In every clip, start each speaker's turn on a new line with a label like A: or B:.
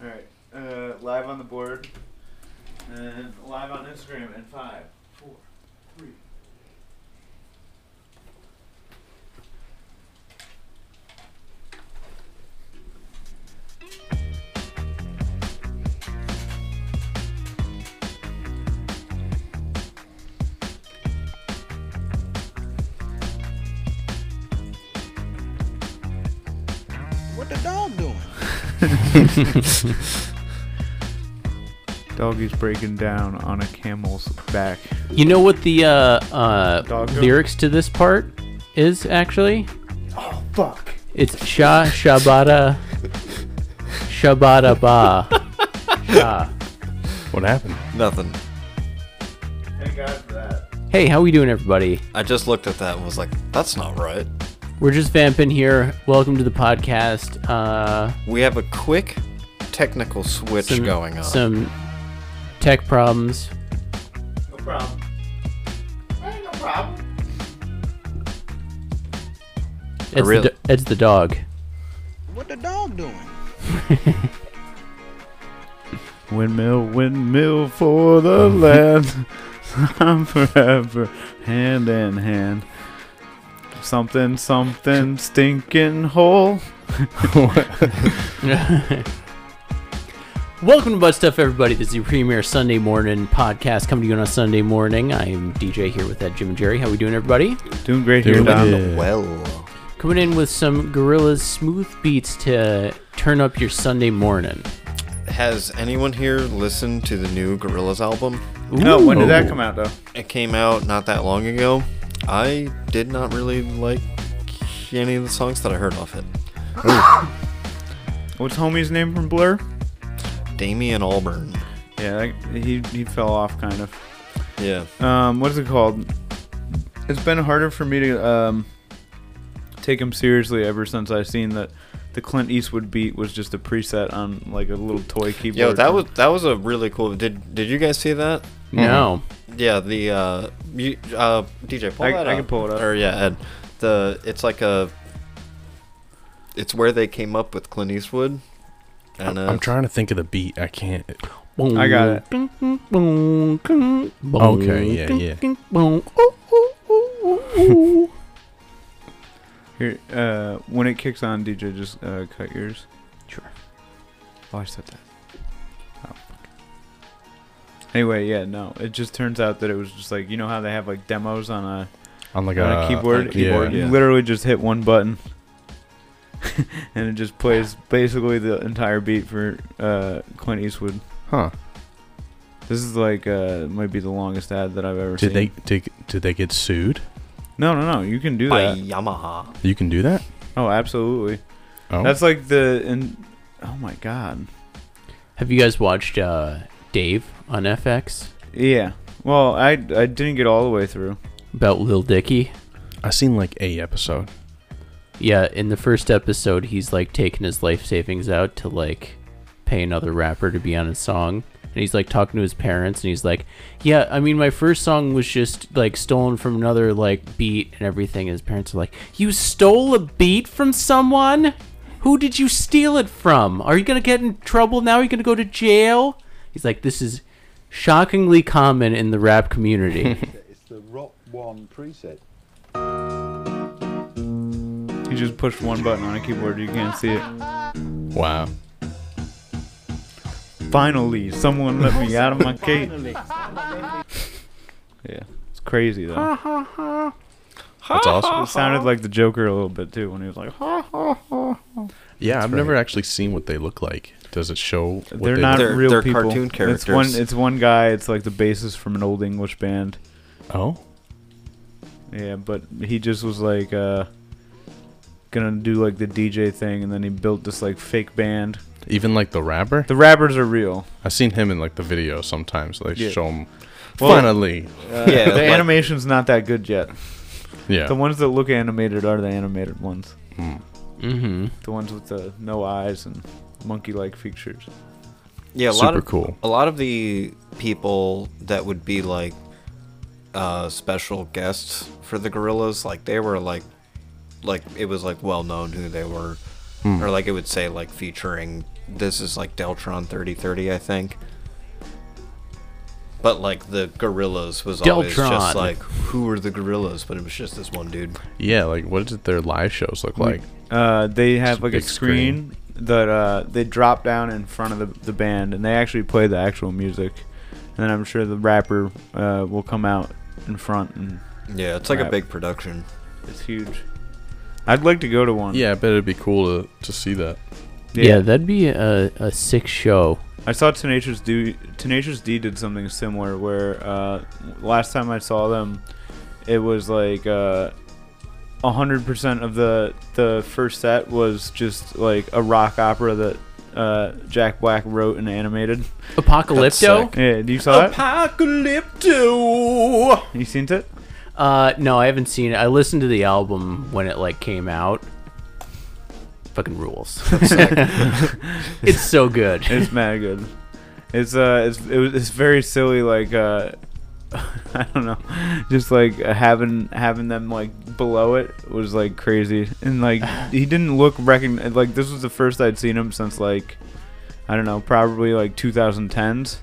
A: five uh, on the board, and live on Instagram, and five, four, three.
B: What the dog doing?
A: Dog is breaking down on a camel's back.
C: You know what the uh, uh,
A: Dog joke?
C: lyrics to this part is actually?
A: Oh fuck!
C: It's sha shabada shabada ba. Sha.
D: What happened?
E: Nothing.
A: Thank God for that.
C: Hey, how we doing, everybody?
E: I just looked at that and was like, that's not right.
C: We're just vamping here. Welcome to the podcast. Uh,
E: We have a quick technical switch
C: some,
E: going on.
C: Some tech problems.
A: No problem. Hey, no problem.
C: It's,
E: real-
C: the, do- it's the dog.
B: What the dog doing?
A: Windmill, windmill for the land. I'm forever hand in hand. Something, something, stinking hole.
C: Welcome to Bud Stuff, everybody. This is your premier Sunday morning podcast coming to you on a Sunday morning. I am DJ here with that Jim and Jerry. How we doing, everybody?
A: Doing great here,
D: Doing
A: Don.
D: good.
E: well,
C: Coming in with some Gorilla's smooth beats to turn up your Sunday morning.
E: has anyone here listened to the new Gorillaz album?
A: No, Oh, when did that
C: Ooh.
A: come out though?
E: It came out not that long ago. I did not really like any of the songs that I heard off it.
A: What's homie's name from Blur?
E: Damien Albarn.
A: Yeah, that, he he fell off kind of.
E: Yeah.
A: um, what is it called? It's been harder for me to um, take him seriously ever since I've seen that the Clint Eastwood beat was just a preset on like a little toy keyboard.
E: Yo, that was that was a really cool. Did did you guys see that?
C: No.
E: Yeah, the uh, you, uh DJ pull
A: I-
E: that
A: I
E: up.
A: can pull it up.
E: Or yeah, Ed, the it's like a it's where they came up with Clint Eastwood. And uh,
D: I'm trying to think of the beat. I can't.
A: I got it.
D: Okay, yeah, yeah.
C: yeah.
A: Here, uh, when it kicks on, DJ, just uh, cut yours.
C: Sure.
A: Oh, I said that. Oh, fuck. Anyway, yeah, no. It just turns out that it was just like you know how they have like demos on a
D: On like
A: on
D: a,
A: a keyboard.
D: yeah.
A: keyboard. You
E: yeah.
A: literally just hit one button, and it just plays basically the entire beat for uh, Clint Eastwood.
D: Huh?
A: This is like uh, might be the longest ad that I've ever
D: Did
A: seen.
D: they did, did they get sued?
A: No, no, no. You can do
E: by
A: that.
E: Yamaha.
D: You can do that.
A: Oh, absolutely.
D: Oh,
A: That's like the and oh my god.
C: Have you guys watched uh, Dave on FX
A: Yeah. Well, I I didn't get all the way through.
C: about Lil Dicky?
D: I seen like a episode.
C: Yeah, in the first episode, he's like taking his life savings out to like pay another rapper to be on his song. And he's like talking to his parents, and he's like, Yeah, I mean, my first song was just like stolen from another like beat and everything. And his parents are like, You stole a beat from someone? Who did you steal it from? Are you gonna get in trouble now? Are you gonna go to jail? He's like, This is shockingly common in the rap community.
F: It's the Rock One preset.
A: You just push one button on a keyboard. You can't see it.
D: Wow.
A: Finally, someone let me out of my cage. yeah, it's crazy though.
D: That's awesome.
A: It sounded like the Joker a little bit too when he was like, "Huh."
D: Yeah, I've never actually seen what they look like. Does it show? What
A: "They're
D: they
A: not
D: Look?
E: They're-
A: real
E: they're
A: people."
E: cartoon
A: It's one.
E: characters.
A: It's one guy. It's like the bassist from an old English band.
D: Oh,
A: Yeah, but he just was like, uh, gonna do like the DJ thing, and then he built this like fake band.
D: even like the rapper.
A: The rappers are real.
D: I've seen him in like the video sometimes. They
A: Yeah.
D: show him.
A: Well-
D: Finally,
E: yeah,
A: the
E: like-
A: animation's not that good yet.
D: yeah.
A: The ones that look animated are the animated ones.
C: mm-hmm.
A: The ones with the no eyes and monkey-like features.
E: Yeah, a lot
D: Super
E: of,
D: cool.
E: A lot of the people that would be like uh, special guests for the Gorillas, like they were like, like it was like well known who they were, or like it would say like featuring This is like Deltron 3030, I think. But like the Gorillas was always
C: Deltron.
E: just like, who were the Gorillas? But it was just this one dude.
D: Yeah, like what did their live shows look like?
A: Uh, they have
D: Just a
A: like a
D: big
A: screen, that uh, they drop down in front of the, the band, and they actually play the actual music. And then I'm sure the rapper uh, will come out in front, and
E: Yeah, it's like a
A: Right.
E: big production.
A: it's huge. I'd like to go to one.
D: Yeah, I bet it'd be cool to, to see that.
A: Yeah.
C: Yeah, that'd be a, a sick show.
A: I saw Tenacious D. Tenacious D did something similar where uh, last time I saw them, it was like uh, 100% of the the first set was just like a rock opera that uh, Jack Black wrote and animated.
C: Apocalypto?
E: sick.
A: Yeah, do you
C: Oh.
A: saw it?
C: Apocalypto.
A: You seen it?
C: Uh, no, I haven't seen it. I listened to the album when it like came out. Fucking rules. it's so good.
A: It's mad good. It's uh, it's it was, it's very silly. Like uh, I don't know, just like having having them like below it was like crazy, and like he didn't look recogn like this was the first I'd seen him since like I don't know, probably like 2010s,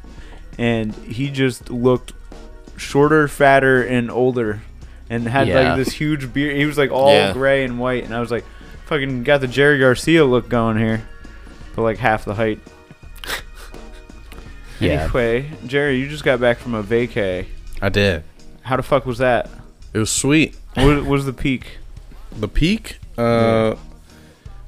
A: and he just looked shorter, fatter, and older, and had
C: Yeah.
A: like this huge beard. He was like all
E: Yeah.
A: gray and white, and I was like, fucking got the Jerry Garcia look going here, but like half the height.
C: Yeah.
A: Anyway, Jerry, you just got back from a vacay.
D: I did.
A: How the fuck was that?
D: It was sweet.
A: What what was the peak?
D: The peak. Uh,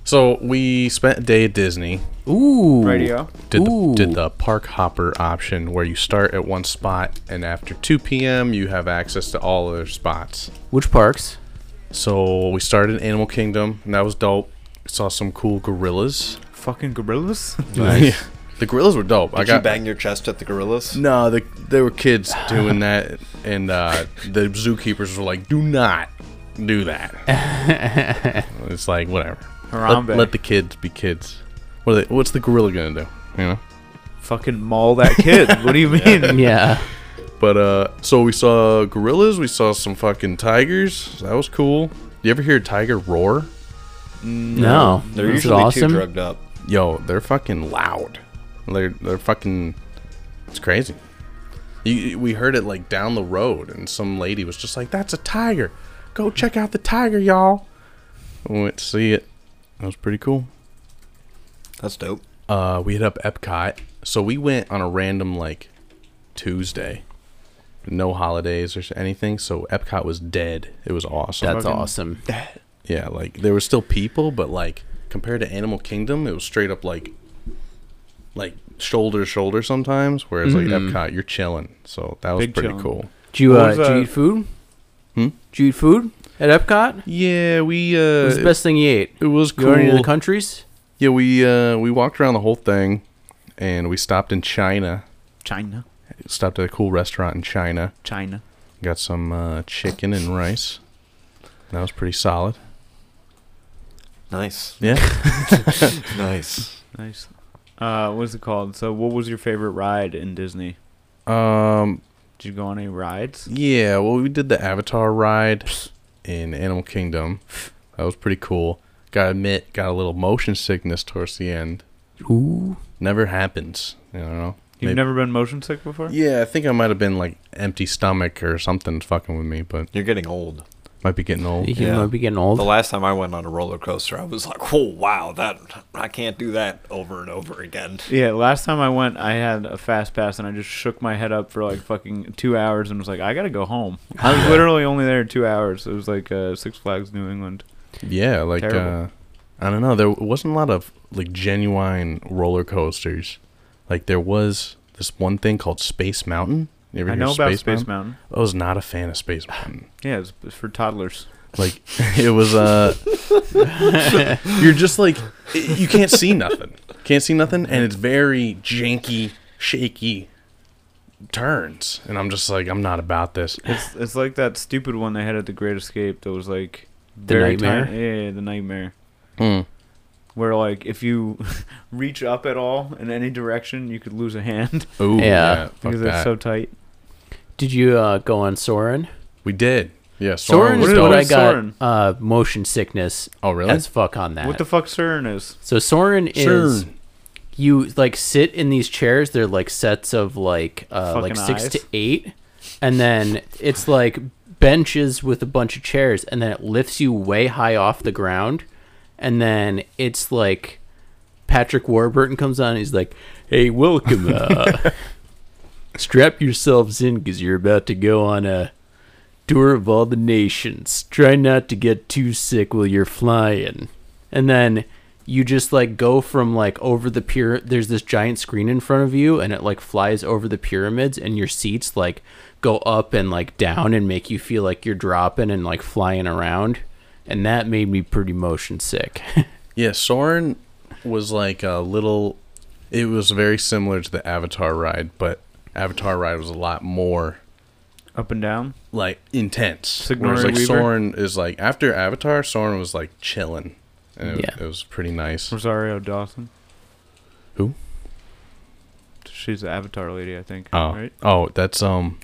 D: so we spent a day at Disney.
C: Ooh.
A: Radio.
D: Did the,
C: Ooh.
D: did the park hopper option where you start at one spot and after 2 p.m. you have access to all other spots.
C: Which parks?
D: So we started in Animal Kingdom and that was dope. Saw some cool gorillas.
A: Fucking gorillas.
D: Nice. the gorillas were dope. I
E: Did
D: got
E: you bang your chest at the Gorillas?
D: No, the, there were kids doing that, and uh, the zookeepers were like, "Do not do that." it's like whatever. Let,
A: Harambe.
D: let the kids be kids. What are they, what's the gorilla gonna do? You know.
A: fucking maul that kid. What do you mean?
C: Yeah.
D: But uh, so we saw gorillas. We saw some fucking tigers. That was cool. You ever hear a tiger roar?
C: No.
E: They're
C: This is
E: usually
C: awesome.
E: too drugged up.
D: Yo, they're fucking loud. They're they're fucking. It's crazy. You, we heard it like down the road, and some lady was just like, "That's a tiger. Go check out the tiger, y'all." We went to see it. That was pretty cool.
E: That's dope.
D: Uh, we hit up Epcot. So we went on a random like Tuesday. No holidays or anything, so Epcot was dead. It was awesome.
C: That's awesome.
D: Yeah, like there were still people, but like compared to Animal Kingdom, it was straight up like like shoulder to shoulder sometimes. Whereas like Epcot, you're chilling. So that was
A: Big
D: pretty
A: chillin'.
D: cool.
C: Did you,
A: What
C: uh,
A: was,
C: did
A: uh,
C: you eat food?
D: Hmm?
C: Did you eat food at Epcot?
D: Yeah, we uh
C: What's the best thing you ate?
D: it was
C: You go to any of the
D: cool.
C: countries?
D: Yeah, we uh we walked around the whole thing and we stopped in China.
A: China.
D: Stopped at a cool restaurant in China.
A: China.
D: Got some uh chicken and rice. That was pretty solid.
E: Nice.
D: Yeah.
E: Nice.
A: Nice. Uh, what's it called? So, what was your favorite ride in Disney?
D: um
A: Did you go on any rides?
D: Yeah, well, we did the Avatar ride in Animal Kingdom. That was pretty cool. Gotta admit, got a little motion sickness towards the end.
C: Ooh.
D: Never happens, you know.
A: You've
D: Maybe-
A: never been motion sick before?
D: Yeah, I think I might have been like empty stomach or something fucking with me, but
E: You're getting old.
D: might be getting old.
C: You
E: Yeah.
C: might be getting old.
E: The last time I went on a roller coaster, I was like, "Oh wow, that I can't do that over and over again."
A: Yeah, last time I went, I had a fast pass and I just shook my head up for like fucking two hours and was like, I gotta go home. I was literally only there two hours. It was like uh, Six Flags New England.
D: Yeah, like uh,
A: Terrible.
D: I don't know. There wasn't a lot of like genuine roller coasters. Like there was this one thing called Space Mountain. You ever
A: I
D: hear
A: know about Space
D: Mountain?
A: Mountain.
D: I was not a fan of Space Mountain.
A: Yeah, it's, it's for toddlers.
D: Like it was uh you're just like you can't see nothing. Can't see nothing and it's very janky, shaky turns. And I'm just like I'm not about this.
A: It's it's like that stupid one they had at the Great Escape that was like
C: The Nightmare?
A: tiny- yeah, yeah, the nightmare.
D: Hmm.
A: Where like if you reach up at all in any direction, you could lose a hand
D: Ooh,
C: Yeah.
D: yeah. fuck
A: because
D: that.
A: it's so tight.
C: Did you uh, go on Soren?
D: we did. Yeah,
C: Soren
D: Soren was
C: is
A: What
C: what
D: dope.
C: I
A: is
C: got
A: Soarin'?
C: uh, motion sickness
D: Oh, really?
C: as fuck on that.
A: What the fuck, CERN is?
C: so Soren is
D: Soarin'.
C: you like sit in these chairs. They're like sets of like uh, like
A: Fucking
C: six
A: eyes.
C: to eight, and then it's like benches with a bunch of chairs, and then it lifts you way high off the ground, and then it's like Patrick Warburton comes on. And he's like, "Hey, welcome. Uh, strap yourselves in because you're about to go on a." Tour of all the nations. Try not to get too sick while you're flying. And then you just like go from like over the pier there's this giant screen in front of you and it like flies over the pyramids and your seats like go up and like down and make you feel like you're dropping and like flying around. And that made me pretty motion sick.
D: Yeah, Soren was like a little. It was very similar to the Avatar ride, but Avatar ride was a lot more
A: Up and down.
D: like intense.
A: Sigourney
D: Whereas like
A: Weaver?
D: Soren is like after Avatar, Soren was like chilling. And it,
C: Yeah.
D: it was pretty nice.
A: Rosario Dawson.
D: Who?
A: She's the Avatar lady, I think.
D: Oh,
A: Right?
D: oh, that's um,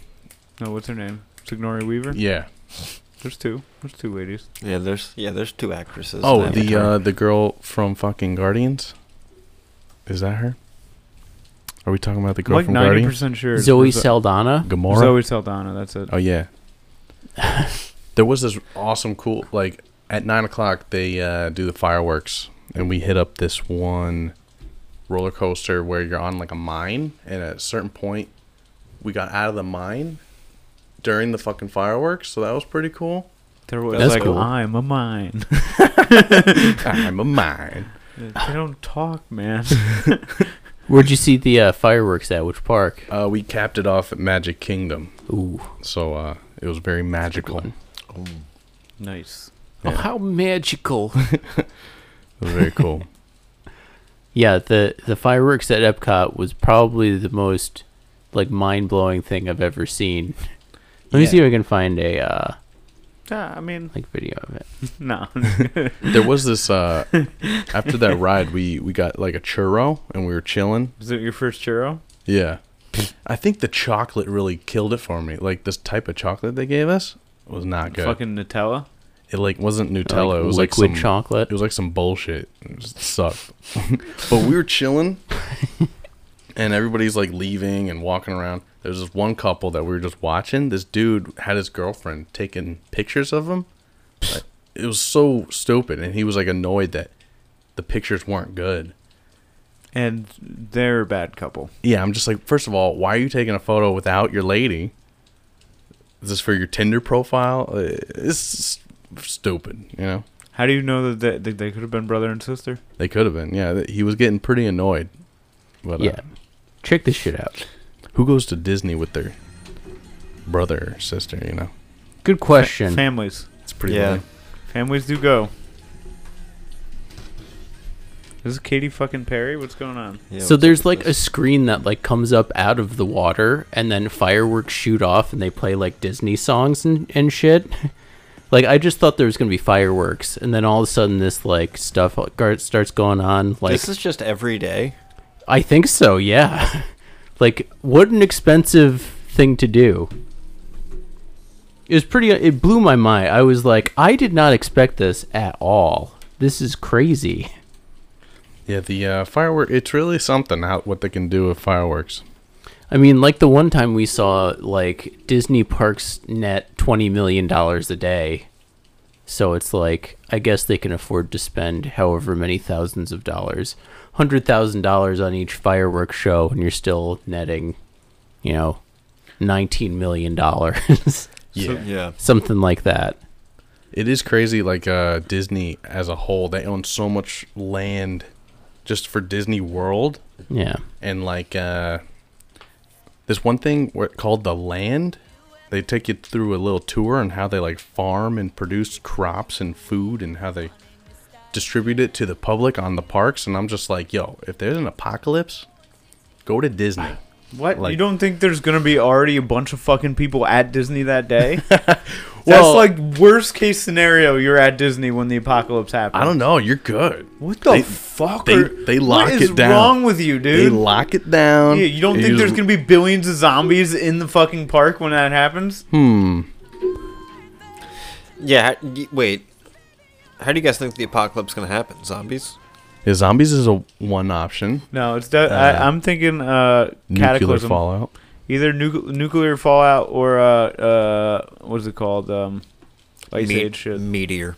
A: No, what's her name? Signori Weaver.
D: yeah.
A: There's two. There's two ladies.
E: Yeah, there's yeah, there's two actresses. in
D: Oh, the
E: Avatar.
D: uh, the girl from fucking Guardians. Is that her? Are we talking about the girl
A: like
D: from
A: ninety
D: Guardians?
A: percent sure. it's
C: Zoe
A: Rosa-
C: Saldana.
D: Gamora.
A: Zoe Saldana. That's it.
D: Oh yeah. there was this awesome cool like at nine o'clock they uh, do the fireworks and we hit up this one roller coaster where you're on like a mine and at a certain point we got out of the mine during the fucking fireworks so that was pretty cool.
A: There was
E: That's
A: like
E: cool.
A: I'm a mine.
D: I'm a mine.
A: they don't talk, man.
C: Where'd you see the uh, fireworks at? Which park?
D: Uh, we capped it off at Magic Kingdom,
C: Ooh.
D: so uh, it was very magical.
C: one.
D: It
A: nice.
C: Oh, how magical.
D: was very cool.
C: Yeah, the the fireworks at Epcot was probably the most like mind blowing thing I've ever seen. Let me
D: Yeah.
C: see if I can find a uh,
A: Yeah, I mean,
C: like video of it.
A: no.
D: there was this uh, after that ride we we got like a churro and we were chilling
A: Is it your first churro?
D: Yeah. I think the chocolate really killed it for me. Like this type of chocolate they gave us was not good.
A: Fucking Nutella.
D: it like wasn't Nutella.
C: Like
D: it was
C: liquid
D: like some,
C: chocolate.
D: It was like some bullshit. It just sucked. but we were chilling, and everybody's like leaving and walking around. There's this one couple that we were just watching. This dude had his girlfriend taking pictures of him. Like, it was so stupid, and he was like annoyed that the pictures weren't good.
A: And they're a bad couple.
D: Yeah, I'm just like, first of all, why are you taking a photo without your lady? Is this for your Tinder profile? Uh, It's stupid, you know?
A: How do you know that they, that they could have been brother and sister?
D: They could have been. Yeah, th- he was getting pretty annoyed. But uh,
C: Yeah. Check this shit out.
D: who goes to Disney with their brother or sister, you know?
C: Good question.
A: Families.
D: It's pretty
E: Yeah.
D: lame.
A: Families do go. This is Katie fucking Perry. What's going on?
E: Yeah,
C: so
E: what's
C: there's
E: up
C: like
E: with
C: a
E: this?
C: screen that like comes up out of the water and then fireworks shoot off and they play like Disney songs and, and shit. Like I just thought there was gonna be fireworks and then all of a sudden this like stuff uh, gar- starts going on like
E: this is just every day.
C: I think so, yeah. like, what an expensive thing to do. It was pretty, it blew my mind. I was like, I did not expect this at all. This is crazy.
D: Yeah, the uh, firework, it's really something out what they can do with fireworks.
C: I mean, like the one time we saw, like, Disney Parks net $20 million a day. So it's like, I guess they can afford to spend however many thousands of dollars, $100,000 on each fireworks show, and you're still netting, you know, $19 million.
D: Yeah.
E: Yeah.
C: Something like that.
D: It is crazy, like uh, Disney as a whole, they own so much land just for Disney World.
C: Yeah.
D: and like uh this one thing where- called the land they take you through a little tour on how they like farm and produce crops and food and how they distribute it to the public on the parks and i'm just like yo if there's an apocalypse go to disney
A: What?
D: Like-
A: you don't think there's gonna be already a bunch of fucking people at Disney that day?
D: Well-
A: That's like worst case scenario. You're at Disney when the apocalypse happens.
D: i don't know you're good
A: What the
D: They-
A: fuck?
D: they-
A: are-
D: they lock
A: What is
D: it down.
A: wrong with you,
D: they
A: dude?
D: lock it down
A: Yeah, you don't
D: They
A: think
D: use-
A: there's gonna be billions of zombies in the fucking park when that happens?
D: Hmm.
E: Yeah. how- y- Wait. How do you guys think the apocalypse gonna happen? Zombies?
D: Yeah, zombies is a one option.
A: No, it's de- I,
D: Uh,
A: I'm thinking uh,
D: Nuclear
A: cataclysm,
D: fallout.
A: either nu- nuclear fallout or uh, uh, what is it called? Um, ice
E: Me-
A: age shit.
E: meteor.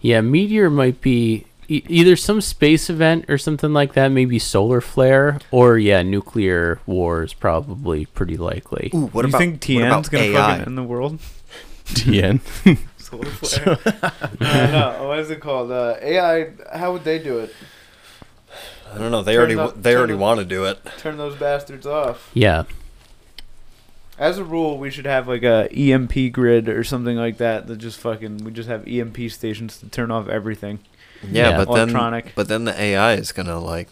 C: Yeah, meteor might be e- either some space event or something like that, maybe solar flare, or yeah, nuclear war is probably pretty likely.
E: Ooh, what
A: you
E: about
A: think
E: what
A: TN's
E: about
A: gonna
E: AI?
A: fucking end the world?
D: TN.
A: Solar flare. I know. What is it called? Uh, AI. How would they do it?
E: I don't know. They
A: Turn
E: already
A: it
E: wa-
A: up-
E: they
A: turn
E: already
A: it-
E: want to do it.
A: Turn those bastards off.
C: Yeah,
A: As a rule, we should have like a EMP grid or something like that. That just fucking we just have EMP stations to turn off everything.
E: Yeah,
C: Yeah.
E: but then
A: Electronic.
E: but then the AI is gonna like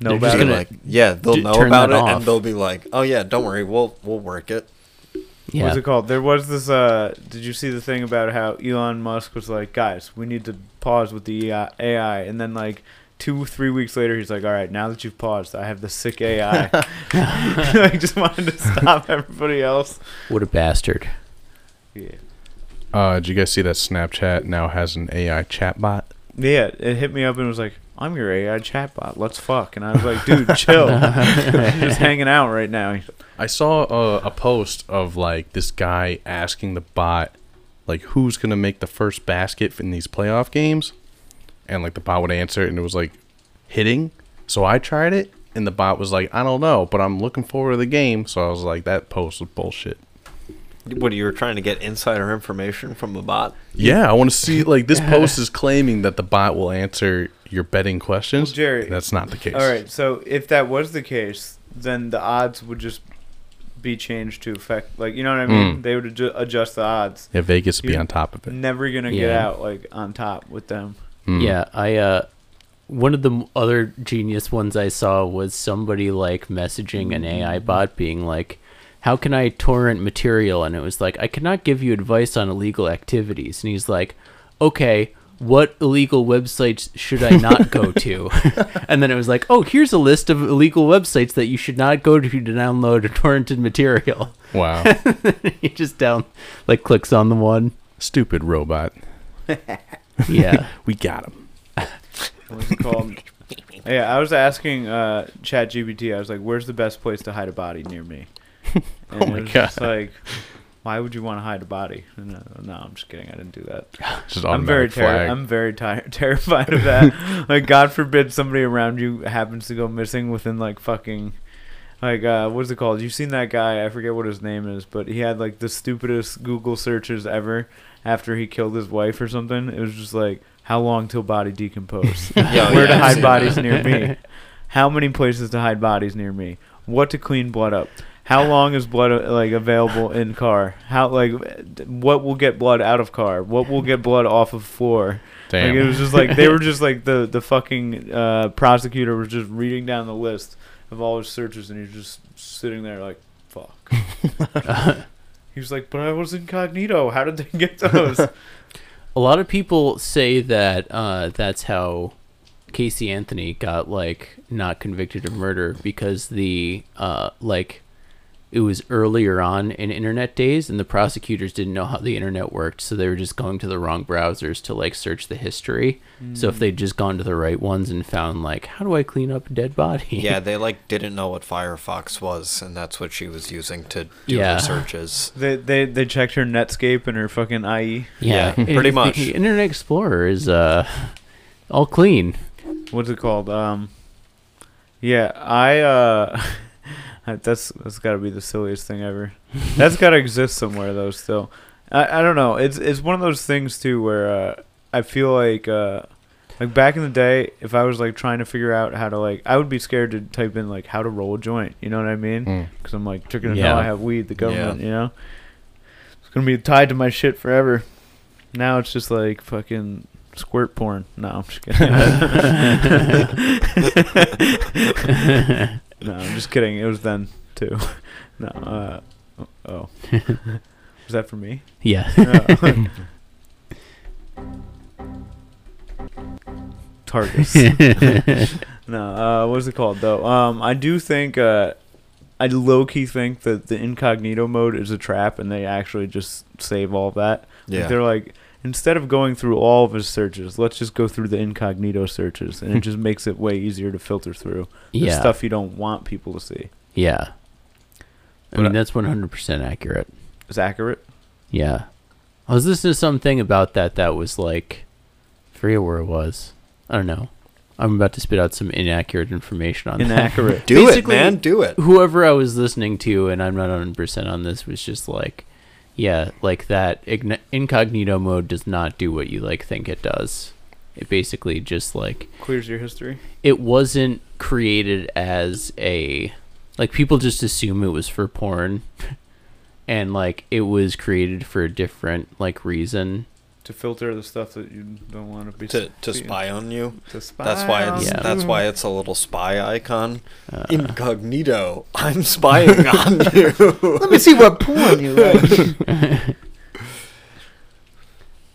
A: No
C: They're just
E: be
A: battery.
C: gonna-
E: like yeah they'll
C: d-
E: know
C: turn
E: about it
C: that
E: and
C: off.
E: they'll be like oh yeah don't worry we'll we'll work it.
A: What's
C: yeah.
A: it called? There was this. Uh, did you see the thing about how Elon Musk was like, guys, we need to pause with the E AI, AI. and then like two, three weeks later, he's like, all right, now that you've paused, I have the sick AI. I just wanted to stop everybody else.
C: What a bastard.
A: Yeah,
D: Uh, did you guys see that Snapchat now has an AI chatbot?
A: yeah. It hit me up and was like, I'm your AI chatbot. Let's fuck. And I was like, dude, chill. I'm just hanging out right now.
D: I saw a, a post of like this guy asking the bot, like, who's gonna make the first basket in these playoff games, and like the bot would answer, and it was like hitting. So I tried it, and the bot was like, I don't know, but I'm looking forward to the game. So I was like, that post was bullshit.
E: What you were trying to get insider information from a bot?
D: Yeah, I want to see like this post is claiming that the bot will answer your betting questions.
A: Well, Jerry-
D: that's not the case.
A: All right. So if that was the case, then the odds would just be changed to affect, like, you know what I mean?
D: Mm.
A: They would adju- adjust the odds.
D: Yeah, Vegas would be
A: You-
D: on top of it.
A: never gonna get
C: Yeah.
A: out like on top with them.
D: Mm.
C: Yeah, I uh one of the m- other genius ones I saw was somebody like messaging an AI bot being like how can I torrent material? And it was like, I cannot give you advice on illegal activities. And he's like, okay, what illegal websites should I not go to? and then it was like, oh, here's a list of illegal websites that you should not go to to download torrented material.
D: Wow,
C: he just down, like, clicks on the one.
D: stupid robot.
C: Yeah.
D: We got him.
A: What's it called? yeah, I was asking uh, ChatGPT. I was like, "Where's the best place to hide a body near me?" And
D: Oh my
A: it was Just
D: God.
A: like, why would you want to hide a body? No, no, I'm just kidding. I didn't do that.
D: Just
A: I'm very
D: automatic flag.
A: terrified. I'm very tired, terrified of that. like, God forbid somebody around you happens to go missing within like fucking. Like uh, what's it called? You've seen that guy? I forget what his name is, but he had like the stupidest Google searches ever. After he killed his wife or something, it was just like, how long till body decompose?
E: Yeah,
A: Where to
E: I've
A: hide
E: seen
A: bodies
E: that.
A: near me? How many places to hide bodies near me? What to clean blood up? How long is blood uh, like available in car? How like what will get blood out of car? What will get blood off of floor?
D: Damn.
A: Like it was just like they were just like the the fucking uh, prosecutor was just reading down the list of all his searches, and he's just sitting there like, fuck. he was like, but I was incognito. How did they get those?
C: A lot of people say that uh, that's how Casey Anthony got like not convicted of murder because the uh, like it was earlier on in internet days and the prosecutors didn't know how the internet worked, so they were just going to the wrong browsers to like search the history. So if they'd just gone to the right ones and found like how do I clean up a dead body?
E: Yeah, they like didn't know what Firefox was, and that's what she was using to do
C: Yeah.
E: her searches.
A: they they they checked her Netscape and her fucking E. IE.
C: yeah,
E: Yeah, pretty
C: If the
E: much.
C: Internet Explorer is uh all clean.
A: what's it called? Um, yeah, I uh, that's that's got to be the silliest thing ever. That's got to exist somewhere though. Still, I I don't know. It's it's one of those things too where uh, I feel like uh, like back in the day, if I was like trying to figure out how to like, I would be scared to type in like how to roll a joint. You know what I mean?
D: Mm.
A: Because I'm like, chicken and
C: Yeah.
A: hell, I have weed. The government, you know, it's gonna be tied to my shit forever. Now it's just like fucking squirt porn. No, I'm just kidding. no, I'm just kidding. It was then too. No, uh, oh, was that for me?
C: Yeah.
A: No. Targus. No, uh, what's it called though? Um, I do think uh, I low key think that the incognito mode is a trap, and they actually just save all that. Like,
E: Yeah.
A: they're like instead of going through all of his searches, let's just go through the incognito searches, and it just makes it way easier to filter through the
C: Yeah.
A: stuff you don't want people to see.
C: Yeah. I
A: But
C: mean,
A: I-
C: that's 100% accurate.
A: Is accurate?
C: Yeah. I was listening to something about that that was like, I forget where it was. I don't know. I'm about to spit out some inaccurate information on that.
A: Inaccurate.
E: Do it,
C: Basically-
E: man. Do it.
C: Whoever I was listening to, and I'm not 100% on this, was just like, yeah, like that ign- incognito mode does not do what you like think it does. It basically just like
A: Clears your history.
C: it wasn't created as a like people just assume it was for porn and like it was created for a different like reason
A: to filter the stuff that you don't want to be
E: To, to
A: see-
E: spy on you.
A: to spy
E: That's why it's
C: Yeah.
E: that's why it's a little spy icon.
C: Uh,
E: Incognito. I'm spying on you.
G: Let me see what porn you like.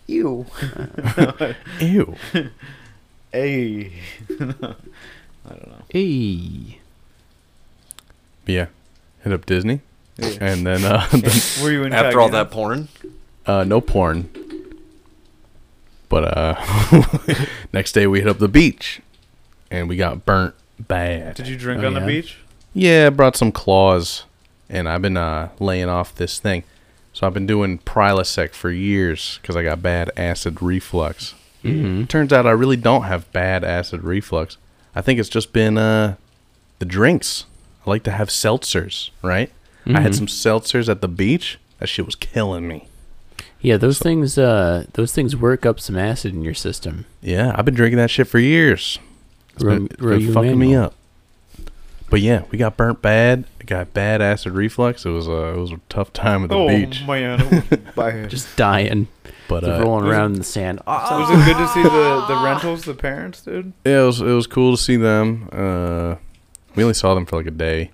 G: you.
D: Ew.
A: hey
C: hey
D: yeah. Hit up Disney.
A: Yeah.
D: And then, uh, then
A: were you
E: After all
A: incognito?
E: that porn,
D: uh, no porn. But uh, next day we hit up the beach, and we got burnt bad.
A: did you drink
C: Oh,
A: on the
C: yeah.
A: beach
D: Yeah, I brought some claws, and I've been uh, laying off this thing. So I've been doing Prilosec for years because I got bad acid reflux.
C: Mhm.
D: Turns out I really don't have bad acid reflux. I think it's just been uh, the drinks. I like to have seltzers, right? I had some seltzers at the beach. That shit was killing me.
C: yeah those things uh those things work up some acid in your system
D: Yeah, I've been drinking that shit for years. It's
C: Ro-
D: been, it's been
C: Ro- you
D: fucking me
C: manual.
D: up. But yeah, we got burnt bad. I got bad acid reflux. It was a it was a tough time at the
A: oh
D: beach.
A: man Bye.
C: just dying
D: But
C: just
D: uh,
C: rolling around in the sand Ah,
A: was it good to see the the rentals the parents dude
D: yeah, it was it was cool to see them. Uh, we only saw them for like a day,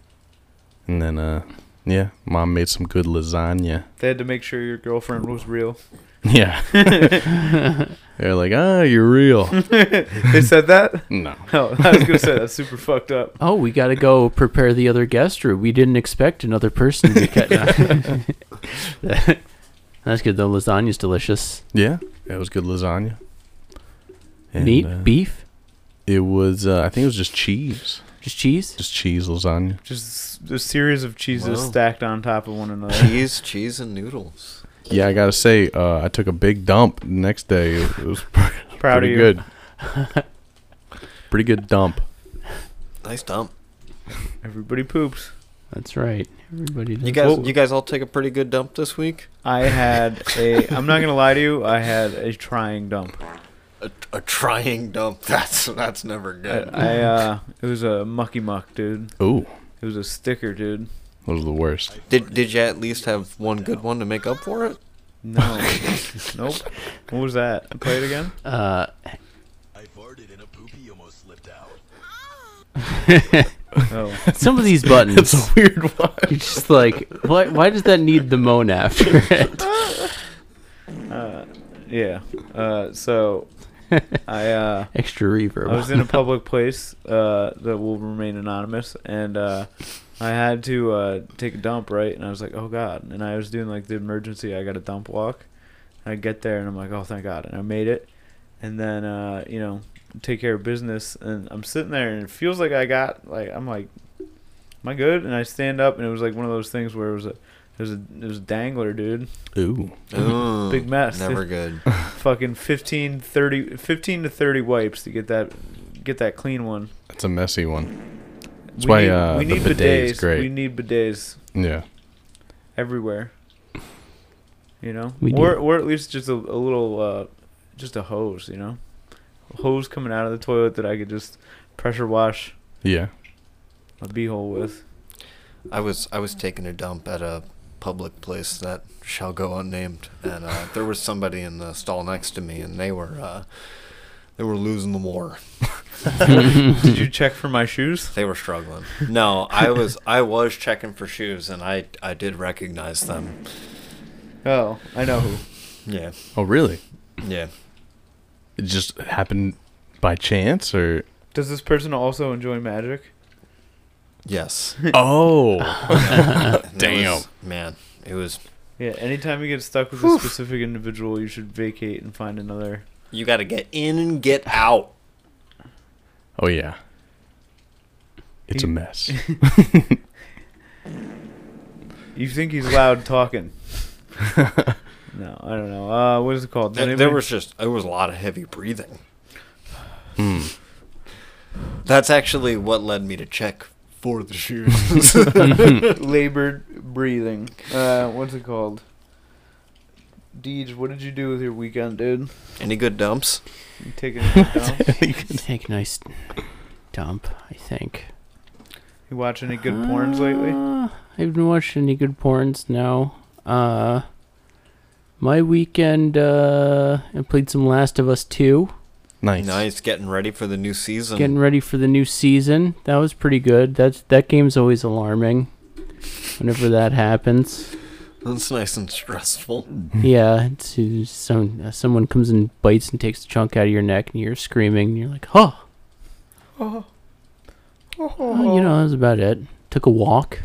D: and then uh, yeah, mom made some good lasagna.
A: they had to make sure your girlfriend was real
D: Yeah, they're like, ah, you're real.
A: they said that
D: no,
A: no i was gonna say that's super fucked up
C: oh we gotta go prepare the other guest room we didn't expect another person to be cut that's good though lasagna's delicious
D: yeah, it was good lasagna. And,
C: meat
D: uh,
C: beef
D: It was. Uh, I think it was just cheese.
C: just cheese
D: Just cheese lasagna.
A: just a series of cheeses
E: Wow.
A: stacked on top of one
C: Uh.
A: another
E: cheese, cheese, and noodles.
D: Yeah, I gotta say, uh, I took a big dump the next day. It was
A: proud of
D: pretty
A: you
D: good. pretty good dump.
E: Nice dump.
A: everybody poops
C: That's right. Everybody does.
E: You guys,
A: Whoa.
E: you guys all take a pretty good dump this week.
A: i had a i'm not gonna lie to you i had a trying dump
E: A, a trying dump. That's that's never
A: i,
E: good.
A: I uh it was a mucky muck dude
D: Ooh,
A: it was a sticker dude
D: that was the worst.
E: Did did you at least have one good one to make up for it?
A: No. nope. What was that? Play it again?
C: Uh,
A: Oh.
C: some of these buttons,
D: It's a weird one.
C: you're just like, why, why does that need the moan after it?
A: Yeah. Uh, so I uh,
C: Extra reverb.
A: I was in a public place uh, that will remain anonymous and uh, I had to uh, take a dump, right? And I was like, Oh god and I was doing like the emergency I got a dump walk. And I get there and I'm like, Oh thank God and I made it and then uh, you know, take care of business and I'm sitting there and it feels like I got like I'm like Am I good? And I stand up and it was like one of those things where it was a there's a there's a dangler, dude.
D: Ooh,
E: Ooh,
A: Big mess.
E: Never good.
A: fucking 15, 30, 15 to 30 wipes to get that get that clean one.
D: that's a messy one. That's why, uh, the bidet is great.
A: We need bidets
D: Yeah,
A: everywhere. You know?
C: We do.
A: or or at least just a, a little uh just a hose, you know? hose coming out of the toilet that I could just pressure wash
D: yeah.
A: a beehole with.
E: I was I was taking a dump at a public place that shall go unnamed, and uh, there was somebody in the stall next to me, and they were uh, they were losing the war.
A: Did you check for my shoes?
E: They were struggling. No, I was I was checking for shoes, and I I did recognize them.
A: Oh, I know who.
E: Yeah,
D: Oh, really?
E: yeah.
D: It just happened by chance, or
A: Does this person also enjoy magic?
E: Yes.
D: oh,
E: And it
D: Damn.
E: was- man, it was
A: Yeah, anytime you get stuck with a specific individual, you should vacate and find another.
E: You got to get in and get out.
D: Oh yeah. It's a mess.
A: You think he's loud talking? no, I don't know. Uh, what is it called? Does
E: There, there
A: anybody-
E: was just there was a lot of heavy breathing. Hmm. That's actually what led me to check for the shoes.
A: labored breathing. Uh, what's it called? Deej, what did you do with your weekend, dude?
E: Any good dumps?
A: You taking a good dump?
C: Take a nice dump, I think.
A: You watch any good porns lately?
C: Uh, I haven't watched any good porns, no. Uh, my weekend, uh, I played some Last of Us 2.
D: nice.
E: Nice, getting ready for the new season.
C: Getting ready for the new season. That was pretty good. That's, that game's always alarming whenever that happens.
E: That's nice and stressful.
C: yeah, it's, it's some, uh, someone comes and bites and takes a chunk out of your neck and you're screaming and you're like, huh. Oh, you know, that was about it. Took a walk.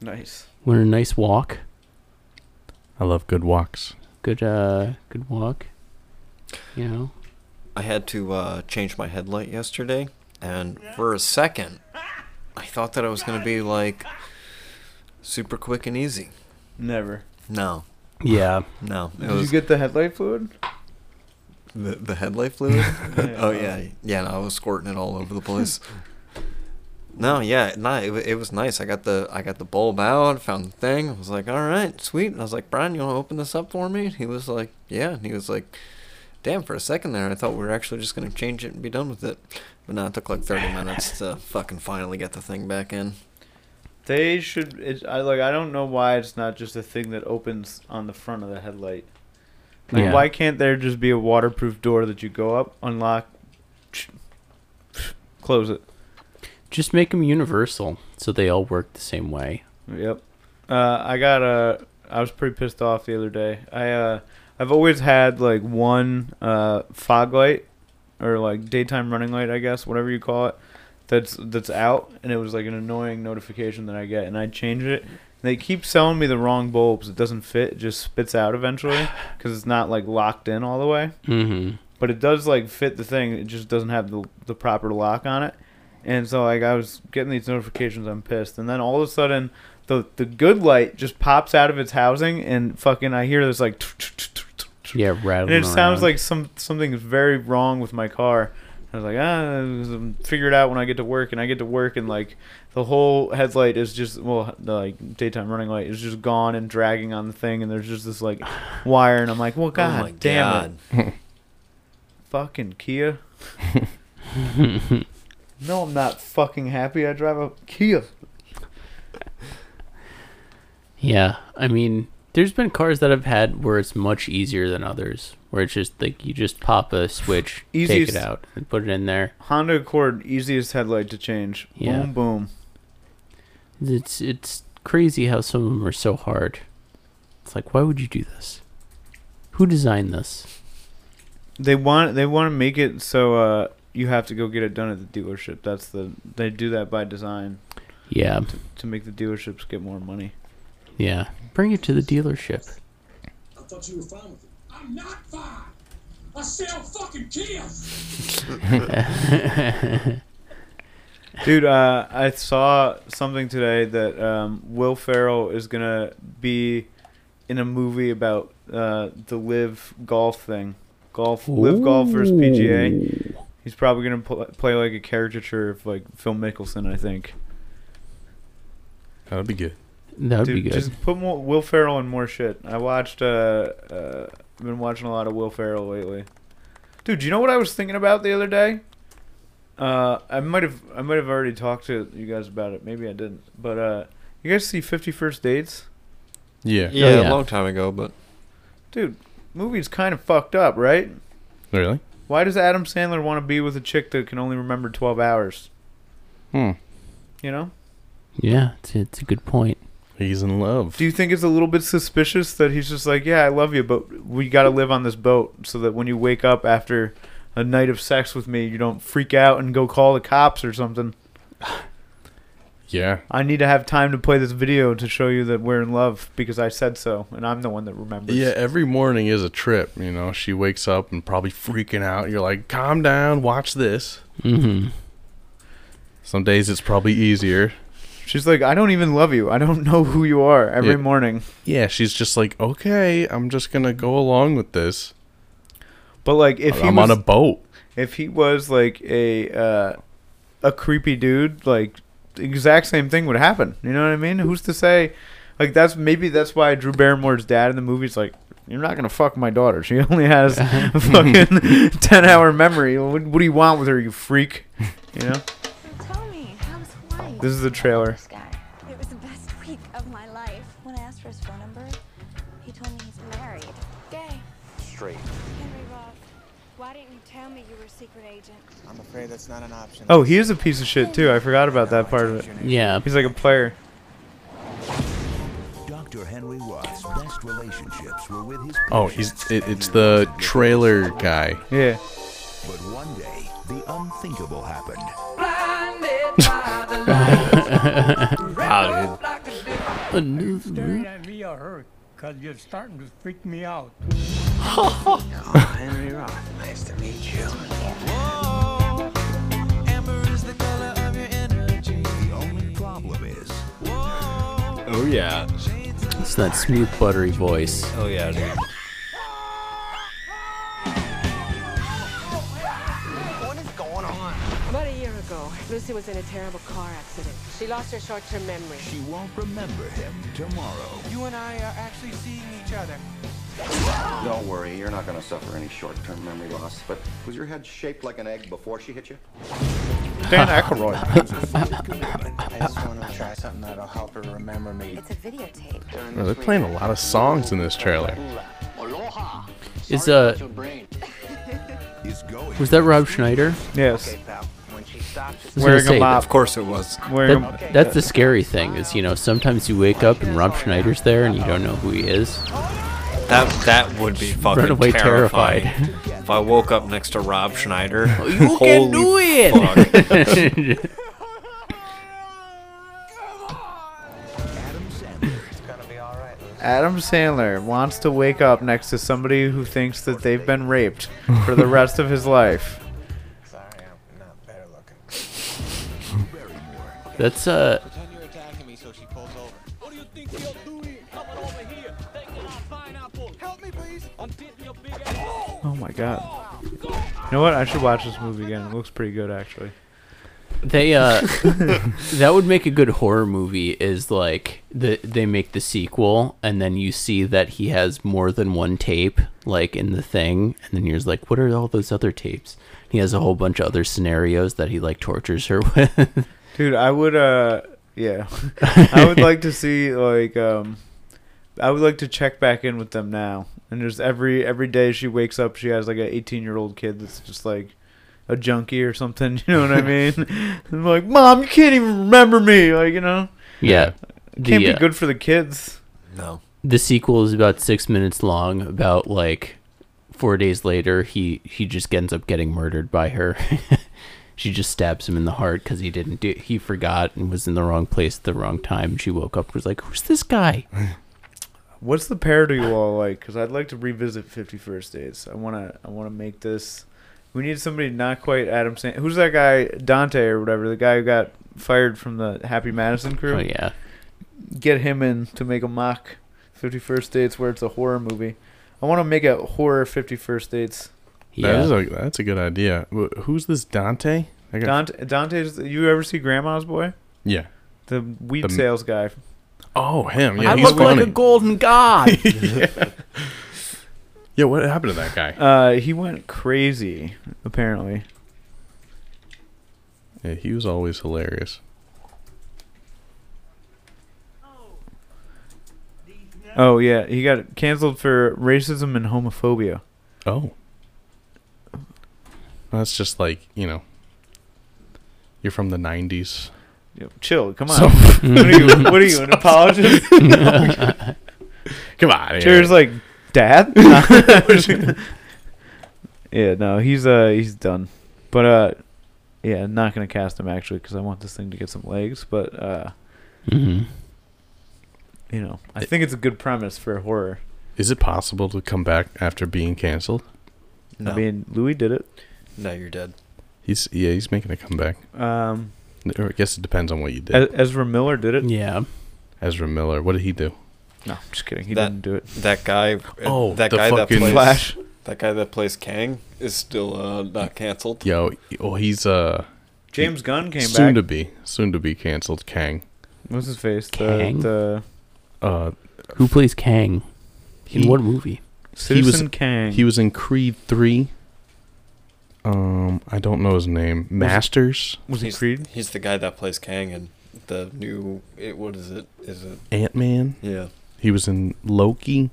A: Nice.
C: Went a nice walk.
D: I love good walks.
C: Good, uh, good walk. You know,
E: I had to uh, change my headlight yesterday, and for a second, I thought that I was going to be like super quick and easy.
A: Never.
E: No,
C: Yeah.
E: no, it
A: Did you
E: was
A: get the headlight fluid?
E: the, the headlight fluid.
A: Yeah. uh,
E: oh yeah, yeah. No, I was squirting it all over the place. no, yeah, no, it, wa- it was nice. I got the I got the bulb out, found the thing. I was like, all right, sweet. And I was like, Brian, you want to open this up for me? He was like, yeah. And he was like, damn. For a second there, I thought we were actually just gonna change it and be done with it. But no, it took like 30 minutes to fucking finally get the thing back in.
A: They should. It, I like. I don't know why it's not just a thing that opens on the front of the headlight. Like,
C: Yeah.
A: why can't there just be a waterproof door that you go up, unlock, close it?
C: Just make them universal so they all work the same way.
A: Yep. Uh, I got a. I was pretty pissed off the other day. I uh, I've always had like one uh fog light, or like daytime running light, I guess, whatever you call it. That's that's out, and it was like an annoying notification that I get, and I change it. They keep selling me the wrong bulbs. It doesn't fit. It just spits out eventually because it's not like locked in all the way
C: Mm-hmm.
A: but it does like fit the thing. It just doesn't have the the proper lock on it. And so like I was getting these notifications, I'm pissed. And then all of a sudden, the the good light just pops out of its housing, and fucking I hear this like,
C: Yeah, rattling
A: and it sounds
C: around.
A: like some something's very wrong with my car. I was like, ah, figure it out when I get to work. And I get to work, and like the whole headlight is just well, the like daytime running light is just gone and dragging on the thing, and there's just this like wire, and I'm like,
C: Oh
A: well,
E: Oh
A: god damn it fucking Kia. no, I'm not fucking happy. I drive a Kia.
C: Yeah, I mean, there's been cars that I've had where it's much easier than others, where it's just like you just pop a switch, take
A: Easiest-
C: it out, and put it in there.
A: Honda Accord, easiest headlight to change.
C: Yeah.
A: Boom, boom.
C: It's it's crazy how some of them are so hard. It's like, why would you do this? Who designed this?
A: They want they want to make it so uh, you have to go get it done at the dealership. That's the they do that by design
C: Yeah,
A: to make the dealerships get more money.
C: yeah. Bring it to the dealership.
H: I thought you were fine with it. I'm not fine. I sell fucking kids.
A: Dude, uh, I saw something today that um, Will Ferrell is gonna be in a movie about uh, the live golf thing, golf live golf versus PGA. He's probably gonna pl- play like a caricature of like Phil Mickelson, I think.
D: That would be good.
C: That would
A: Dude,
C: be good.
A: just put more Will Ferrell in more shit. I watched. Uh, uh, I've been watching a lot of Will Ferrell lately. Dude, you know what I was thinking about the other day? Uh, I might have I might have already talked to you guys about it. Maybe I didn't. But uh, you guys see Fifty First Dates?
D: Yeah.
E: Yeah,
C: yeah.
E: a long time ago, but
A: Dude, movie's kind of fucked up, right?
D: Really?
A: Why does Adam Sandler want to be with a chick that can only remember twelve hours?
D: Hmm.
A: You know?
C: Yeah, it's a, it's a good point.
D: He's in love.
A: Do you think it's a little bit suspicious that he's just like, yeah, I love you, but we got to live on this boat so that when you wake up after a night of sex with me, you don't freak out and go call the cops or something?
D: Yeah.
A: I need to have time to play this video to show you that we're in love because I said so, and I'm the one that remembers.
D: Yeah, every morning is a trip, you know. She wakes up and probably freaking out. You're like, "Calm down, watch this."
C: Mm-hmm.
D: Some days it's probably easier.
A: She's like, I don't even love you. I don't know who you are. Every
D: Yeah.
A: morning,
D: Yeah, she's just like, "Okay, I'm just going to go along with this.
A: but like if he
D: I'm
A: was,
D: on a boat."
A: if he was like a uh, a creepy dude, like the exact same thing would happen. You know what I mean? Who's to say? Like that's maybe that's why Drew Barrymore's dad in the movie's like, you're not gonna fuck my daughter. She only has a fucking ten hour memory. What, what do you want with her, you freak? You know?
I: So tell me, how was Hawaii?
A: This is the trailer.
I: This guy. It was the best week of my life. When I asked for his phone number, he told me he's married. Gay.
B: Straight.
J: Henry Roth, why didn't you tell me you were a secret agent?
B: I'm afraid that's not an option.
A: Oh, he is a piece of shit too. I forgot about that part of it.
C: Yeah.
A: He's like a player.
K: Dr. Henry Roth's best relationships were with his
D: Oh, he's it, it's the trailer guy.
A: Yeah.
K: But one day, the unthinkable happened.
A: Oh,
D: Oh,
E: Wow, dude.
C: Staring
H: at me or her, because you're starting to freak me out.
B: Henry Roth. Nice to meet you.
K: The only problem is,
E: Oh yeah.
C: It's that smooth, buttery voice.
E: Oh yeah, dude.
J: About a year ago, Lucy was in a terrible car accident. She lost her short-term memory.
K: she won't remember him tomorrow.
B: You and I are actually seeing each other.
L: Don't worry, you're not going to suffer any short-term memory loss. But was your head shaped like an egg before she hit you?
A: Dan Aykroyd.
B: I just want to try something that'll help her remember me.
I: It's a videotape.
D: Oh, they're playing a lot of songs in this trailer.
C: Is uh
K: He's going.
C: was that Rob Schneider?
A: Yes.
B: When she stops,
C: I was
A: Wearing
C: gonna
A: a
C: say,
A: mop.
E: Of course it was.
A: Wearing a,
C: that- that's the scary thing is you know sometimes you wake up and Rob Schneider's there and you don't know who he is.
E: That that would be fucking
C: Run away
E: terrifying.
C: terrified.
E: If I woke up next to Rob Schneider, you can do it.
B: it's gonna be alright.
A: Adam Sandler wants to wake up next to somebody who thinks that they've been raped for the rest of his life.
B: Sorry, I'm not better looking.
C: That's uh
B: Pretend you're attacking me, so she pulls over.
H: What do you think you're doing coming over here taking our pineapple? Help me, please. I'm getting your big ass.
A: Oh my god. You know what? I should watch this movie again. It looks pretty good actually.
C: they uh that would make a good horror movie is like the they make the sequel and then you see that he has more than one tape like in the thing and then you're just like what are all those other tapes? He has a whole bunch of other scenarios that he like tortures her with.
A: Dude, I would uh yeah. I would like to see like um I would like to check back in with them now. And there's every every day she wakes up she has like an 18-year-old kid that's just like a junkie or something, you know what I mean? I'm like, "Mom, you can't even remember me." Like, you know.
C: yeah. The,
A: Can't be
C: uh,
A: good for the kids.
E: No.
C: the sequel is about six minutes long about like four days later he he just ends up getting murdered by her she just stabs him in the heart because he didn't do he forgot and was in the wrong place at the wrong time she woke up and was like who's this guy
A: What's the parody wall like? Because I'd like to revisit Fifty First Dates. I wanna, I wanna make this. We need somebody not quite Adam Sand. Who's that guy Dante or whatever? The guy who got fired from the Happy Madison crew.
C: oh yeah
A: Get him in to make a mock Fifty First Dates where it's a horror movie. I want to make a horror Fifty First Dates.
D: That is
C: yeah
D: a, that's a good idea. Wh- Who's this Dante? I got,
A: Dante, Dante's. You ever see Grandma's Boy?
D: yeah.
A: The weed
D: The-
A: sales guy.
D: Oh, him. Yeah, he's funny.
C: golden god
D: yeah, what happened to that guy?
A: Uh, he went crazy apparently.
D: Yeah, he was always hilarious.
A: Oh yeah, he got canceled for racism and homophobia.
D: Oh. That's just like, you know, you're from the 90s.
A: Yo, chill, come on. what are you?
D: Mm-hmm.
A: What are you? An apologist?
D: Come on.
A: Cheers, like dad. yeah, no, he's uh he's done. But uh, Yeah, not gonna cast him actually because I want this thing to get some legs. But uh,
D: Mm-hmm.
A: you know, I think it's a good premise for horror.
D: Is it possible to come back after being canceled?
A: I mean, Louis did it.
E: No, you're dead.
D: He's yeah, he's making a comeback.
A: Um,
D: Or I guess it depends on what you did.
A: Ez- Ezra Miller did it.
C: Yeah.
D: Ezra Miller, what did he do?
A: No, I'm just kidding. He
E: That-
A: didn't do it.
E: That guy. uh,
D: Oh,
E: that
D: the
E: guy that
D: fucking-
E: plays
D: Flash.
E: That guy that plays Kang is still uh, not canceled.
D: Yo, oh, he's uh.
A: James Gunn came
D: soon
A: back.
D: to be, soon to be canceled. Kang.
A: What's his face? The,
C: Kang?
A: the
D: Uh,
C: Who plays Kang? In
D: He-
C: what movie?
A: Citizen Kang.
D: He was in Creed three. Um, I don't know his name. Masters.
A: Was he
E: He's-
A: Creed?
E: He's the guy that plays Kang in the new. It, what is it? Is it?
D: Ant Man.
E: Yeah.
D: He was in Loki.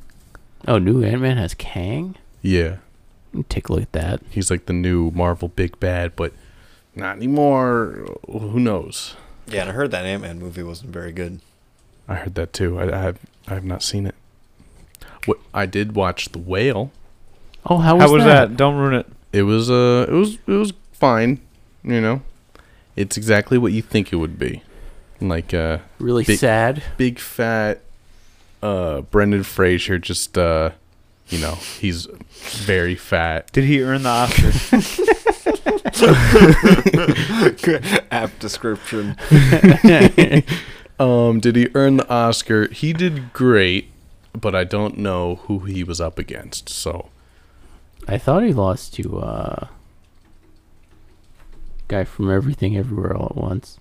C: Oh, new Ant Man has Kang.
D: Yeah.
C: Take a look at that.
D: He's like the new Marvel big bad, but not anymore. Who knows?
E: Yeah, and I heard that Ant Man movie wasn't very good.
D: I heard that too. I, I have I have not seen it. What I did watch The Whale.
C: Oh, how
A: How
C: was,
A: was,
C: that?
A: that? Don't ruin it.
D: It was uh it was it was fine, you know. It's exactly what you think it would be. Like uh
C: Really
D: big,
C: sad.
D: big fat uh Brendan Fraser just uh you know, he's very fat.
A: Did he earn the Oscar?
E: App description.
D: um, did he earn the Oscar? He did great, but I don't know who he was up against. So
C: I thought he lost to uh guy from Everything Everywhere All at Once.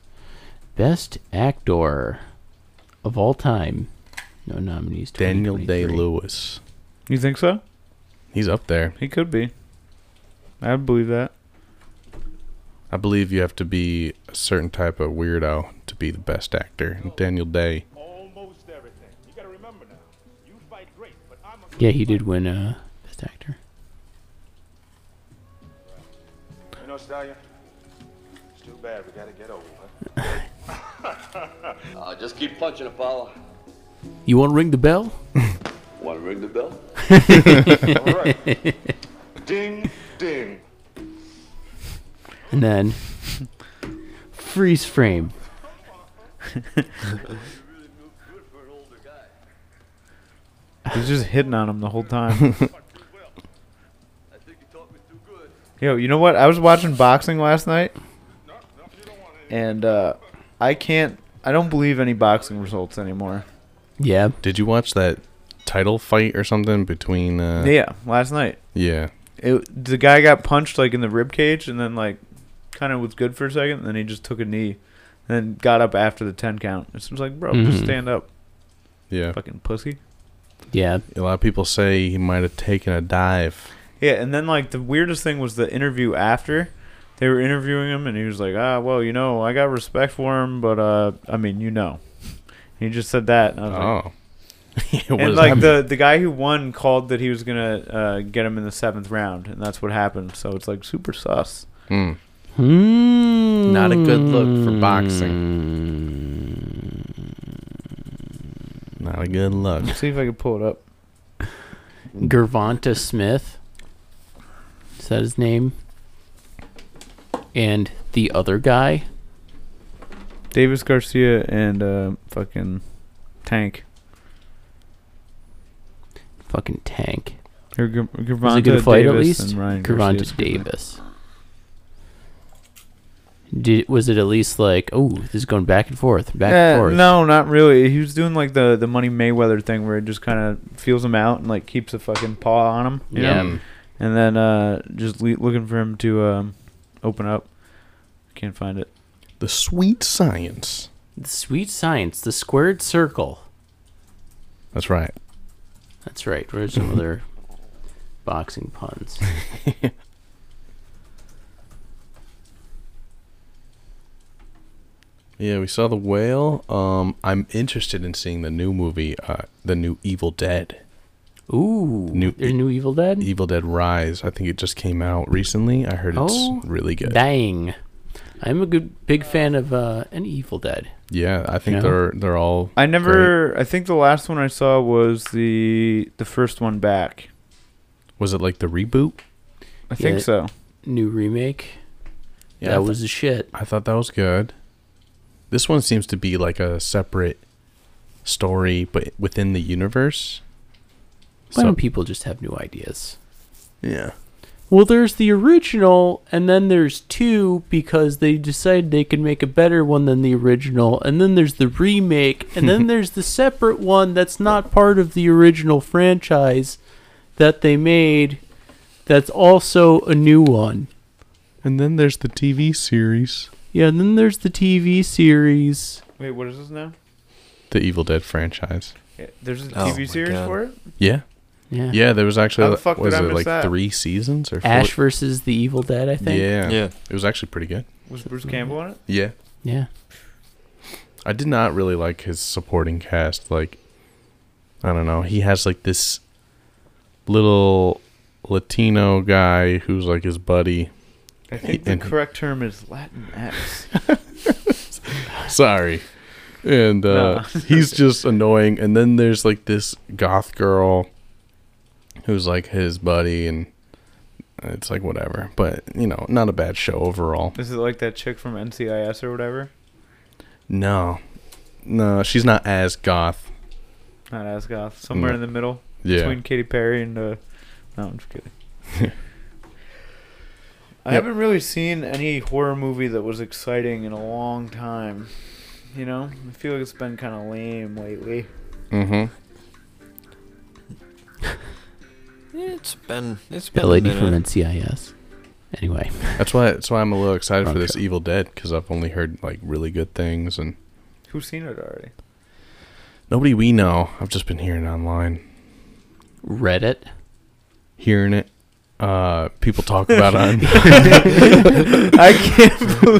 C: Best actor of all time. No nominees.
D: Daniel Day
C: 2023.
D: Lewis,
A: you think so?
D: he's up there.
A: He could be. I would believe that.
D: I believe you have to be a certain type of weirdo to be the best actor. And Daniel Day,
C: Yeah, he did win uh best actor.
M: You know, Stallion, it's too bad we gotta get over it.
N: Uh, just keep punching, Apollo.
C: You want to ring the bell?
N: Want to ring the bell? Ding, ding.
C: And then freeze frame.
A: He's just hitting on him the whole time. Yo, you know what? I was watching boxing last night, and uh, I can't. I don't believe any boxing results anymore.
C: Yeah.
D: did you watch that title fight or something between? Uh,
A: yeah, last night.
D: yeah.
A: It, the guy got punched like in the rib cage, and then like kind of was good for a second, and then he just took a knee, and then got up after the ten count. It seems like, bro, just
C: Mhm.
A: stand up,
D: Yeah.
A: fucking pussy.
C: Yeah.
D: A lot of people say he might have taken a dive.
A: Yeah, and then like the weirdest thing was the interview after. They were interviewing him, and he was like, "Ah, well, you know, I got respect for him, but uh, I mean, you know." he just said that, and I was like,
D: Oh. Yeah,
A: and
D: what does
A: like
D: that
A: the the guy who won called that he was gonna uh, get him in the seventh round, and that's what happened. So it's like super sus.
D: mean? Hmm.
C: Hmm.
D: Not a good look for boxing.
C: Hmm.
D: Not a good look.
A: Let's see if I can pull it up.
C: Gervonta Smith. Is that his name? And the other guy?
A: Davis Garcia and uh, fucking Tank.
C: Fucking tank.
A: Or Ger-
C: Was
A: Gervonta
C: it a good fight
A: Davis
C: at least?
A: and Ryan Garcia's
C: Gervonta
A: gonna-
C: Davis. Did was it at least like oh this is going back and forth back
A: Eh,
C: and forth?
A: No, not really. He was doing like the the Money Mayweather thing where it just kind of feels him out and like keeps a fucking paw on him. you
C: Yeah.
D: Hmm.
A: know? And then uh, just le- looking for him to um, open up. Can't find it.
D: The sweet science.
C: The sweet science, the squared circle.
D: That's right.
C: That's right. Where's some other boxing puns?
D: Yeah, we saw the whale. Um, I'm interested in seeing the new movie, uh, the new Evil Dead,
C: Ooh,
D: New-
C: there's new Evil Dead.
D: Evil Dead Rise. I think it just came out recently. I heard it's
C: Oh,
D: really good.
C: Dang, I'm a good big fan of uh, an Evil Dead.
D: yeah, I think
C: Yeah.
D: they're they're all.
A: I
D: great.
A: never. I think the last one I saw was the the first one back.
D: was it like the reboot.
A: I think
C: Yeah.
A: so.
C: New remake. Yeah, that was the shit.
D: I thought that was good. This one seems to be like a separate story, but within the universe.
C: Why don't people just have new ideas?
D: Yeah.
C: Well, there's the original, and then there's two because they decided they could make a better one than the original, and then there's the remake, and then there's the separate one that's not part of the original franchise that they made that's also a new one.
D: And then there's the TV series,
C: Yeah, and then there's the TV series.
A: Wait, what is this now?
D: the Evil Dead franchise.
A: Yeah, There's a
E: Oh my
A: TV series
E: God.
A: for it.
D: Yeah.
C: Yeah.
D: Yeah, there was actually
A: How the fuck did
D: was
A: I
D: it
A: miss
D: like
A: that?
D: 3 seasons or
C: Ash versus the Evil Dead, I think.
D: Yeah.
E: Yeah.
D: It was actually pretty good.
A: Was Bruce Campbell on it?
D: Yeah.
C: Yeah.
D: I did not really like his supporting cast. Like, I don't know. He has like this little Latino guy who's like his buddy.
A: I think the
D: And-
A: correct term is Latin X.
D: sorry. And uh,
A: No.
D: he's just annoying. And then there's like this goth girl who's like his buddy, and it's like whatever. But you know, not a bad show overall.
A: is it like that chick from NCIS or whatever?
D: No, no, she's not as goth.
A: Not Asgoth. Somewhere
D: No.
A: in the middle.
D: Yeah.
A: Between Katy Perry and uh No, I'm just kidding. I
D: Yep.
A: haven't really seen any horror movie that was exciting in a long time. You know? I feel like it's been kinda lame lately.
D: Mm-hmm.
E: It's been it's been
C: That
E: a
C: lady from
E: minute.
C: NCIS. Anyway.
D: That's why. That's why I'm a little excited for
C: Wrong
D: this Evil Dead because I've only heard like really good things, and
A: Who's seen it already?
D: nobody we know. I've just been hearing online,
C: Reddit.
D: hearing it. Uh, people talk about it on.
A: I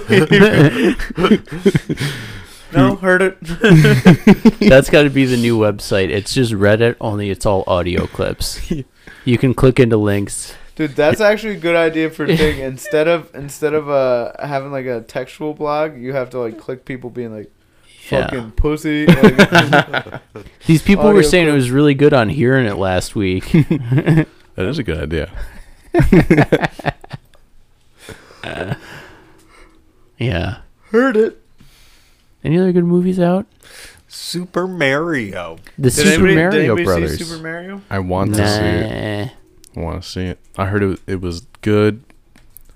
A: can't believe No, heard it.
C: That's got to be the new website. It's just Reddit, only it's all audio clips. You can click into links.
A: Dude, that's actually a good idea for a thing. Instead of instead of uh having like a textual blog, you have to like click people being like
C: Yeah.
A: fucking pussy. Like,
C: These people were
A: Audio
C: saying it
A: clip.
C: was really good on hearing it last week.
D: That is a good idea.
C: yeah.
A: heard it.
C: Any other good movies out?
E: Super Mario.
C: The
A: anybody-
C: Super
A: did
C: Mario
A: anybody see
C: Brothers.
A: Super Mario?
D: I want to see it.
C: Nah.
D: I want to see it. I heard it, it was good,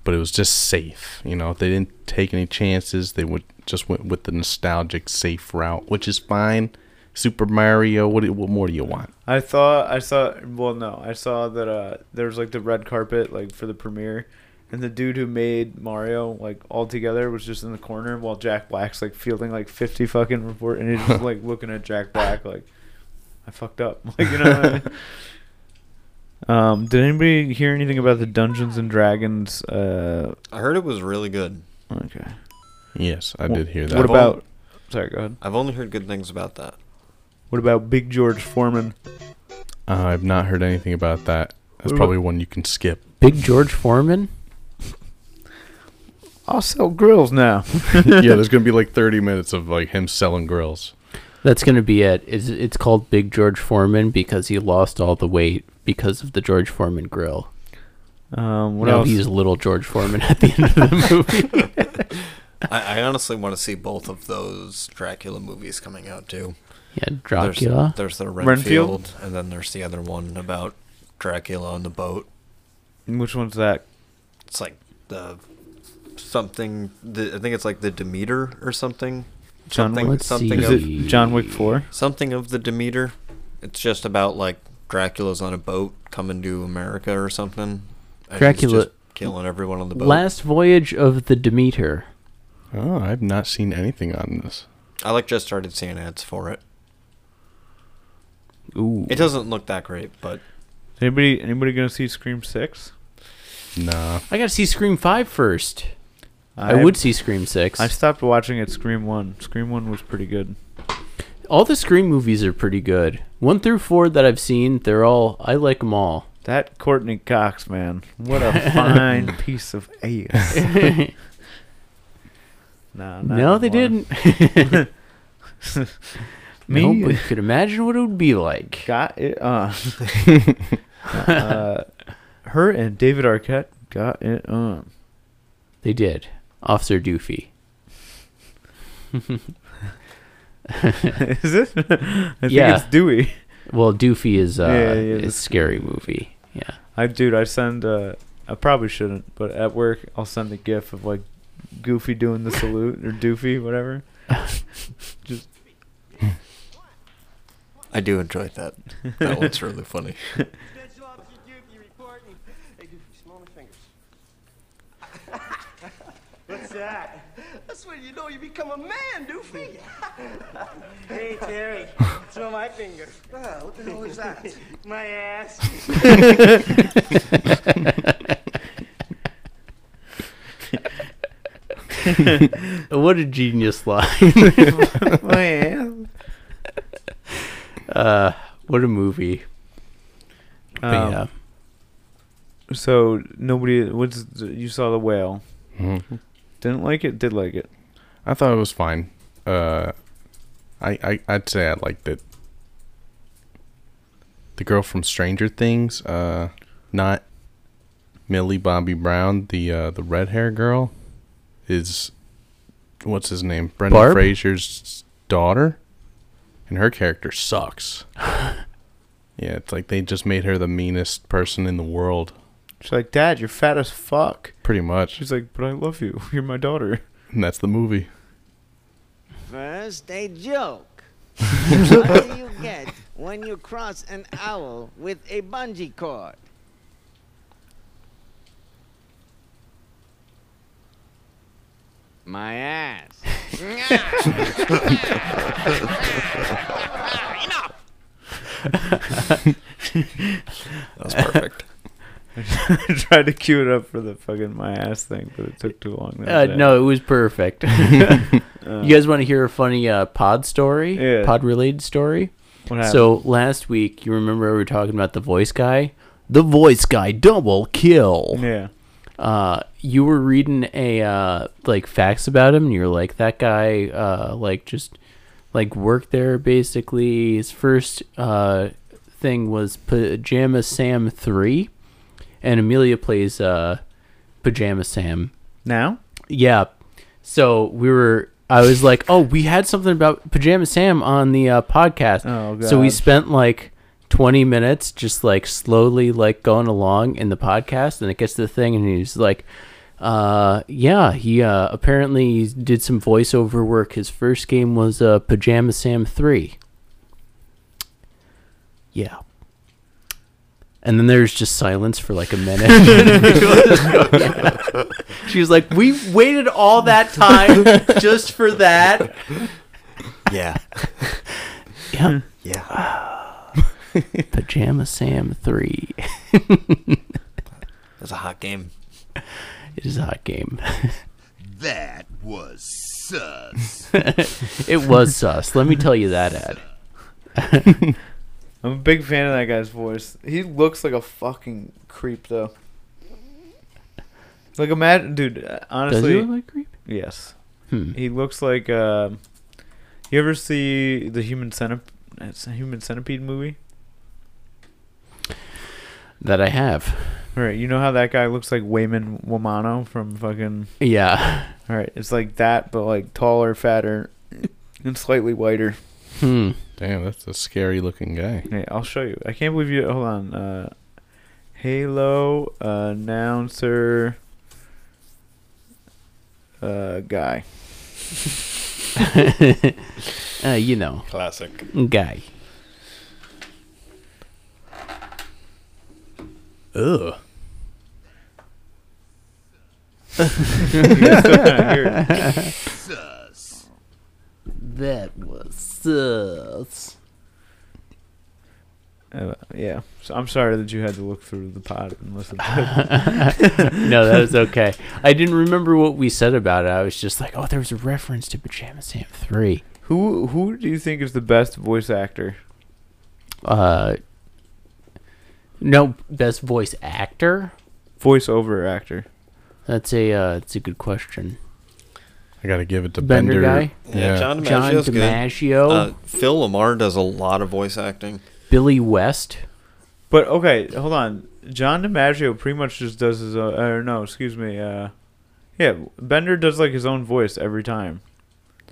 D: but it was just safe. You know, they didn't take any chances. They would just went with the nostalgic safe route, which is fine. Super Mario. What? do- What more do you want?
A: I thought I saw. Well, no, I saw that uh, there was like the red carpet like for the premiere, and the dude who made Mario like all together was just in the corner while Jack Black's like fielding like fifty fucking report, and he's just like looking at Jack Black like, I fucked up. Like you know. What I mean? Um, did anybody hear anything about the Dungeons and Dragons? Uh,
E: I heard it was really good.
A: okay.
D: Yes, I
A: Wha-
D: did hear that.
A: What
E: I've only-
A: about? Sorry, go ahead.
E: I've only heard good things about that.
A: What about Big George Foreman?
D: Uh, I've not heard anything about that. That's
A: What
D: probably one you can skip.
C: Big George Foreman?
A: I'll sell grills now.
D: yeah, there's gonna be like 30 minutes of like him selling grills.
C: That's going to be it. It's, it's called Big George Foreman because he lost all the weight because of the George Foreman grill.
A: Um, what
C: now
A: else?
C: he's little George Foreman at the end of the movie.
E: I, I honestly want to see both of those Dracula movies coming out too.
C: yeah, Dracula.
E: There's, there's the
A: Renfield?
E: Renfield, and then there's the other one about Dracula on the boat.
A: Which one's that?
E: It's like the something. The, I think it's like the Demeter or something.
A: John
E: something,
C: Wick.
E: something
A: Is
E: of
A: it John Wick Four?
E: something of the Demeter. It's just about like Dracula's on a boat coming to America or something. and he's
C: Dracula-
E: just killing everyone on the boat.
C: Last Voyage of the Demeter.
D: Oh, I've not seen anything on this.
E: I like just started seeing ads for it.
C: Ooh.
E: It doesn't look that great, but
A: Anybody anybody gonna see Scream Six?
D: Nah.
C: I gotta see Scream 5 first. I, would see Scream 6.
A: I stopped watching at Scream One. Scream One was pretty good.
C: all the Scream movies are pretty good. One through four that I've seen, they're all, I like them all.
A: That Courtney Cox man, what a fine piece of ass. nah, not
C: no,
A: in
C: they
A: one.
C: didn't.
A: Me
C: No, but you could imagine what it would be like.
A: got it. Uh, uh, her and David Arquette got it on.
C: They did. Officer Doofy.
A: is it? I think it's Dewey.
C: Well, Doofy is uh,
A: Yeah, yeah,
C: is
A: that's-
C: scary movie. Yeah.
A: I dude, I send. Uh, I probably shouldn't, but at work I'll send a gif of like Goofy doing the salute or Doofy, whatever. Just
E: I do enjoy that. That one's really funny.
H: What's that? That's when you know you become a man, Doofy. hey, Terry, throw my finger. Ah, what the hell is that? my
C: what a genius line.
A: Man.
C: uh, what a movie. But
A: Um,
C: yeah.
A: So nobody. What's the- you saw the whale?
D: Mhm.
A: Didn't like it. Did like it.
D: I thought it was fine. Uh, I, I I'd say I liked it. The girl from Stranger Things, uh, not Millie Bobby Brown, the uh, the red hair girl, is what's his name? Brendan
C: Barb?
D: Fraser's daughter, and her character sucks. yeah, it's like they just made her the meanest person in the world,
A: She's like, Dad, you're fat as fuck.
D: pretty much.
A: She's like, but I love you. You're my daughter.
D: And that's the movie.
O: First, a joke. what do you get when you cross an owl with a bungee cord? My ass.
E: That was perfect.
A: I tried to cue it up for the fucking my ass thing, but it took too long. That
C: Uh,
A: was it.
C: no, it was perfect. you guys want to hear a funny uh, pod story?
A: Yeah.
C: Pod related story?
A: What
C: So last week, you remember we were talking about the voice guy? The voice guy double kill.
A: Yeah.
C: Uh, you were reading a uh, like facts about him, and you were like, that guy uh, like just like worked there basically. His first uh, thing was Pajama Sam three, and Amelia plays uh, Pajama Sam.
A: Now?
C: Yeah. So we were. I was like, oh, we had something about Pajama Sam on the uh, podcast.
A: Oh,
C: So we
A: God.
C: spent like 20 minutes just like slowly like going along in the podcast, and it gets to the thing, and he's like, uh, yeah, he uh, apparently did some voiceover work. His first game was uh, Pajama Sam 3. Yeah. And then there's just silence for like a minute. She was like, "We waited all that time just for that."
E: Yeah.
C: Yeah.
E: Yeah.
C: Pajama Sam three.
E: That's a hot game.
C: it is a hot game.
K: That was sus.
C: it was sus. Let me tell you that ad.
A: I'm a big fan of that guy's voice. He looks like a fucking creep, though. Like, imagine, dude. uh, Honestly,
C: look like a creep?
A: Yes.
C: Hmm.
A: He looks like. um you ever see the human centip- it's a human centipede movie?
C: That I have.
A: All right, you know how that guy looks like Wayman Womano from fucking.
C: Yeah.
A: All right, it's like that, but like taller, fatter, and slightly whiter.
C: Hmm.
D: Damn, that's a scary looking guy.
A: Hey, I'll show you. I can't believe you. Hold on. Uh, Halo announcer uh, guy.
C: uh, you know,
E: Classic.
C: guy. Ugh. That was sus.
A: Uh, yeah. So I'm sorry that you had to look through the pod and listen to it.
C: no, that was okay. I didn't remember what we said about it. I was just like, oh, there was a reference to Pajama Sam 3.
A: Who who do you think is the best voice actor?
C: Uh, no, best voice actor?
A: Voiceover actor.
C: That's a uh, that's a good question.
D: I gotta give it to
C: Bender
D: Bender.
C: guy?
D: Yeah,
E: John
C: John
E: DiMaggio's good.
C: DiMaggio.
E: Uh, Phil Lamar does a lot of voice acting.
C: Billy West.
A: But okay, hold on. John DiMaggio pretty much just does his own. Or no, excuse me. Uh, Yeah, Bender does like his own voice every time.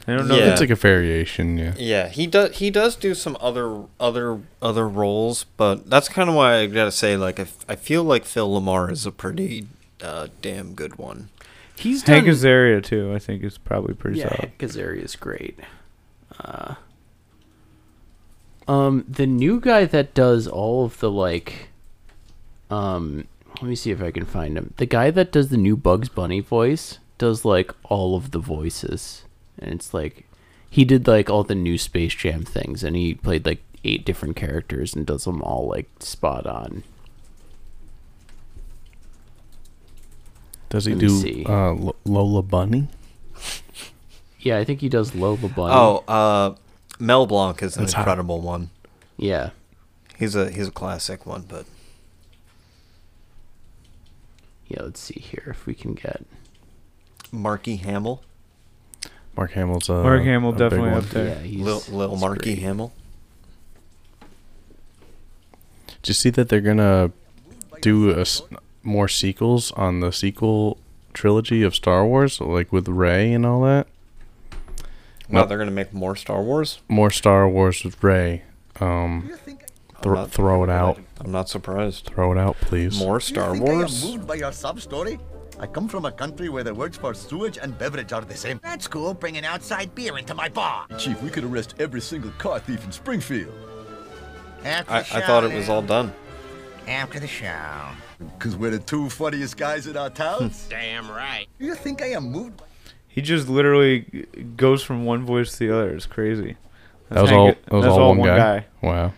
A: I don't know.
D: Yeah. It's Oh, like a variation, yeah.
E: Yeah, he does. He does do some other other other roles, but that's kind of why I gotta say, like, I, f- I feel like Phil Lamar is a pretty uh, damn good one.
C: He's
A: Hank
C: done-
A: Azaria too. I think is probably pretty
C: yeah,
A: solid.
C: Kazarian is great. Uh, um, the new guy that does all of the like, um, let me see if I can find him. The guy that does the new Bugs Bunny voice does like all of the voices, and it's like he did like all the new Space Jam things, and he played like eight different characters and does them all like spot on.
D: Does he
C: Let me
D: do
C: see.
D: uh, L- Lola Bunny?
C: Yeah, I think he does Lola Bunny.
E: Oh, uh, Mel Blanc is an
C: That's hot.
E: incredible one.
C: Yeah,
E: he's a he's a classic one, but
C: yeah. Let's see here if we can get.
E: Marky Hamill,
D: Mark Hamill's uh,
A: Mark Hamill
D: a big
A: definitely
D: one.
A: up there.
E: Lil, Lil Marky Hamill.
D: Did you see that they're gonna do a s more sequels on the sequel trilogy of Star Wars, like with Ray and all that?
E: Wow,
D: Nope.
E: they're gonna make more Star Wars.
D: More Star Wars with Ray. Um,
E: I'm
D: thro
E: not-
D: throw it out.
E: I'm not surprised.
D: Throw it out, please.
E: More Star
P: think
E: Wars.
P: I am moved by your sob story. I come from a country where the words for sewage and beverage are the same.
Q: That's cool, bringing outside beer into my bar.
P: Chief, we could arrest every single car thief in Springfield.
Q: After
E: I, I
Q: the show,
E: thought it was all done.
Q: After the show.
P: Because we're the two funniest guys in our town. Damn right. You think I am moved?
A: He just literally g- goes from one voice to the other. It's crazy.
D: That was
A: Hank-
D: all. That was all, one, guy. Wow.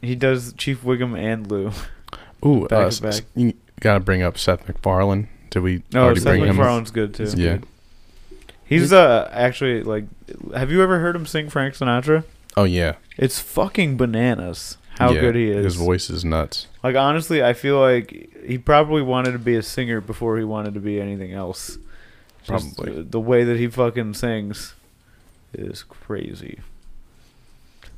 A: He does Chief Wiggum and Lou.
D: Ooh,
A: Back
D: uh,
A: to
D: s-
A: back.
D: s- you gotta bring up Seth MacFarlane. Oh, Did we
A: No,
D: already
A: Seth
D: bring him?
A: MacFarlane's good too.
D: yeah.
A: He's uh actually like, have you ever heard him sing Frank Sinatra?
D: Oh yeah.
A: It's fucking bananas how
D: Yeah,
A: good he is.
D: His voice is nuts.
A: Like honestly, I feel like he probably wanted to be a singer before he wanted to be anything else. Just
D: Probably.
A: the- the way that he fucking sings is crazy.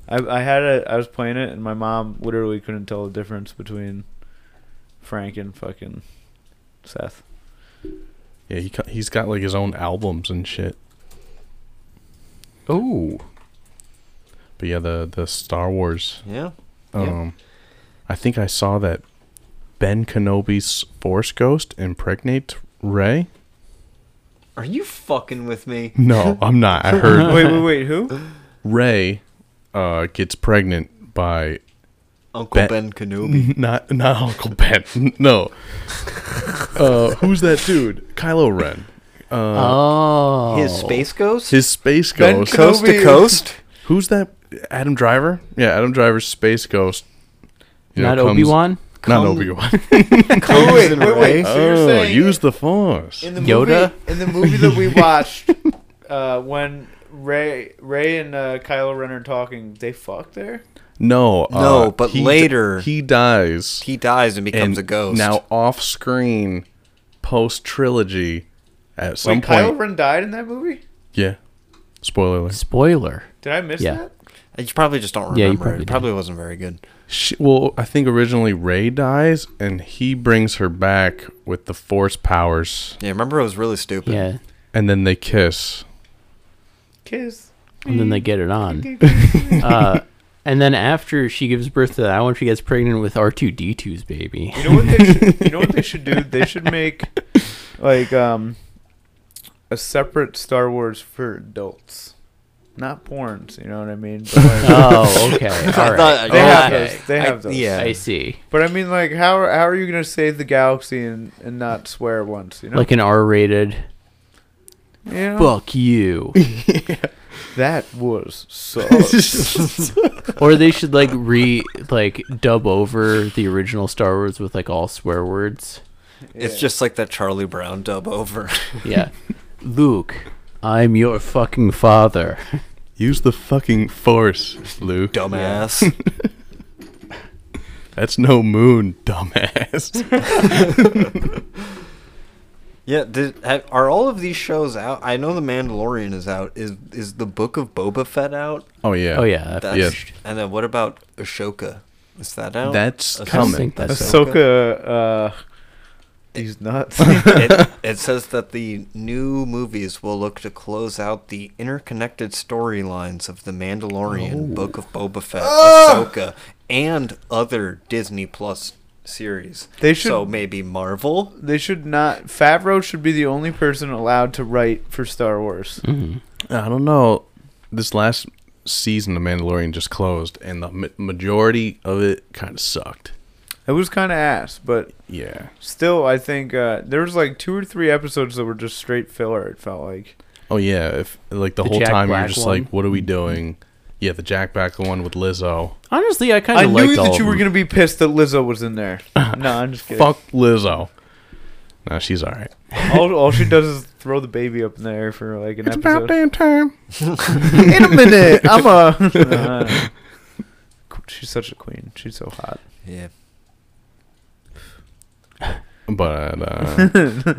A: I I had a I was playing it and my mom literally couldn't tell the difference between Frank and fucking Seth.
D: Yeah, he co- he's got like his own albums and shit.
C: Oh.
D: But yeah, the the Star Wars.
E: Yeah.
C: Oh,
D: Um, I think I saw that Ben Kenobi's Force Ghost impregnate Ray.
E: Are you fucking with me?
D: No, I'm not. I heard.
A: Wait, wait, wait. Who?
D: Ray uh, gets pregnant by
E: Uncle Ben Kenobi.
D: Not not Uncle Ben. No. uh, who's that dude? Kylo Ren. Uh,
C: oh.
E: His space ghost.
D: His space
E: Ben
D: ghost.
E: Coast to Kenobi. coast?
D: Who's that? Adam Driver. Yeah, Adam Driver's space ghost.
C: Not
D: comes-
C: Obi-Wan?
D: Not
C: Come-
D: Obi Wan.
E: Oh, wait, wait, wait. So you're
D: oh,
A: saying-
D: use the force.
A: in the movie in the movie that we watched uh, when Ray Ray and uh, Kylo Ren are talking, they fuck there.
D: No, uh,
E: No, but
D: he d-
E: later-
D: he dies.
E: He dies and becomes a ghost.
D: Now off screen, post trilogy, at some
A: Wait,
D: point.
A: Kylo Ren died in that movie.
D: yeah, spoiler alert.
C: Spoiler.
A: Did I miss that?
E: You probably just don't remember.
D: Yeah, you
E: it.
D: probably
E: It probably wasn't very good.
D: She, well, I think originally Ray dies, and he brings her back with the force powers,
E: Yeah, remember it was really stupid.
C: Yeah.
D: and then they kiss.
A: Kiss.
C: and then they get it on. uh, and then after she gives birth to that one, she gets pregnant with R two D 2s baby.
A: You know what they should, you know what they should do? They should make like um a separate Star Wars for adults. Not porns, you know what I mean? But like-
C: Oh, okay. I All right. thought-
A: They have
C: Oh, okay.
A: those. They
C: I-
A: have those.
C: yeah. I see.
A: But I mean, like, how are- how are you gonna save the galaxy and, and not swear once? You know,
C: Like an R rated.
A: Yeah.
C: Fuck you.
A: that was so.
C: or they should like re like dub over the original Star Wars with like all swear words.
E: It's just like that Charlie Brown dub over.
C: Yeah. Luke, I'm your fucking father.
D: Use the fucking force, Luke.
E: Dumbass.
D: That's no moon, dumbass.
E: yeah, did, have, are all of these shows out? I know The Mandalorian is out. Is is the Book of Boba Fett out?
D: Oh, yeah. Oh, yeah, that
E: That's,
D: finished.
E: And then what about Ashoka? Is that out?
D: That's
E: Ahsoka-
D: coming.
A: Ahsoka, uh, He's nuts.
E: it, it says that the new movies will look to close out the interconnected storylines of The
A: Oh.
E: Mandalorian, Book of Boba Fett,
A: Ah!
E: Ahsoka, and other Disney Plus series.
A: They should-
E: so maybe Marvel.
A: They should not. Favreau should be the only person allowed to write for Star Wars.
C: Mm.
D: I don't know. This last season of Mandalorian just closed, and the ma- majority of it kind of sucked.
A: It was kind of ass, but
D: yeah.
A: Still, I think uh, there was like two or three episodes that were just straight filler. It felt like.
D: Oh yeah, if like the,
A: The
D: whole
A: Jack
D: time
A: Black
D: you're just
A: one?
D: like, what are we doing? Yeah, the Jack Black one with Lizzo.
C: Honestly, I kind
A: I
C: of liked
A: knew
C: all
A: that
C: of
A: you were
C: them.
A: gonna be pissed that Lizzo was in there. no, I'm just kidding.
D: Fuck Lizzo. No, she's all right.
A: All, all she does is throw the baby up in the air for like an
D: It's
A: episode.
D: about damn time.
A: in a minute, I'm a. She's such a queen. She's so hot.
E: Yeah.
D: But uh,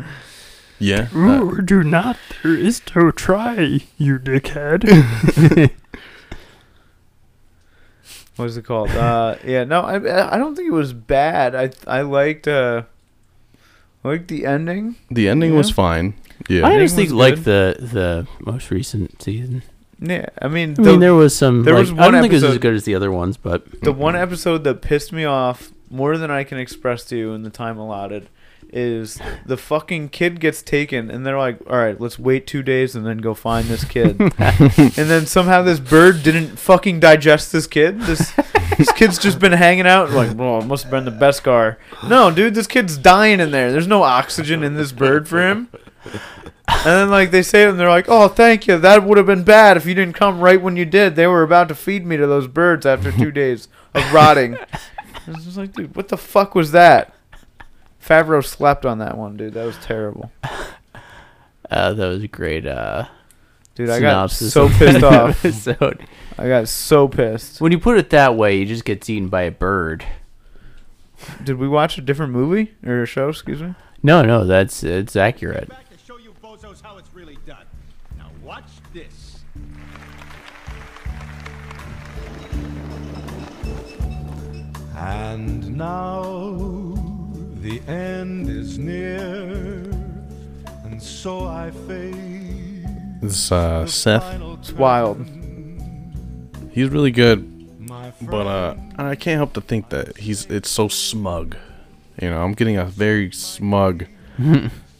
D: yeah, uh,
C: Ooh, do not. There is
A: Oh,
C: to try, you dickhead.
A: What is it called? Uh, yeah, no, I I don't think it was bad. I I liked uh, I liked the ending.
D: the ending
A: Yeah.
D: was fine. Yeah,
C: I
A: Ending
C: honestly
A: was
C: like the the most recent season.
A: Yeah, I mean,
C: I mean, there was some.
A: There
C: like,
A: was
C: I
A: one
C: don't think it was as
A: episode-
C: good as the other ones, but
A: The one episode that pissed me off more than I can express to you in the time allotted is the fucking kid gets taken and they're like, "All right, let's wait 2 days and then go find this kid." and then somehow this bird didn't fucking digest this kid. This this kid's just been hanging out like, "Well, it must have been the best car." No, dude, this kid's dying in there. There's no oxygen in this bird for him. And then like they say it and they're like, "Oh, thank you. That would have been bad if you didn't come right when you did. They were about to feed me to those birds after 2 days of rotting." I was just like, "Dude, what the fuck was that?" Favreau slept on that one, dude. That was terrible.
C: uh, that was a great. Uh,
A: Dude, I got
C: synopsis
A: so
C: of
A: pissed
C: that
A: off.
C: episode.
A: I got so pissed.
C: When you put it that way, he just gets eaten by a bird.
A: Did we watch a different movie or a show, excuse me?
C: No, no, that's it's accurate.
R: Now watch this.
K: And now the end is near, and so I face.
D: It's uh, Seth.
A: It's wild.
D: He's really good, but uh, I can't help to think that he's it's so smug. You know, I'm getting a very smug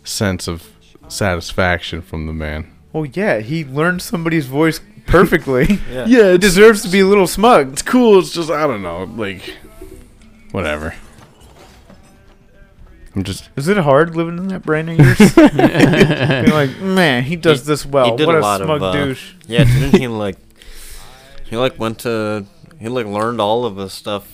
D: sense of satisfaction from the man.
A: Oh yeah, he learned somebody's voice perfectly.
D: Yeah.
A: it deserves to be a little smug. It's
D: cool. It's just I don't know, like Whatever. I'm just.
A: Is it hard living in that brain of yours? Being like, man, he does this well.
E: He did
A: Oh, what
E: a
A: a,
E: lot
A: smug
E: of, uh,
A: douche.
E: Yeah, didn't he like? He like went to. He like learned all of his stuff.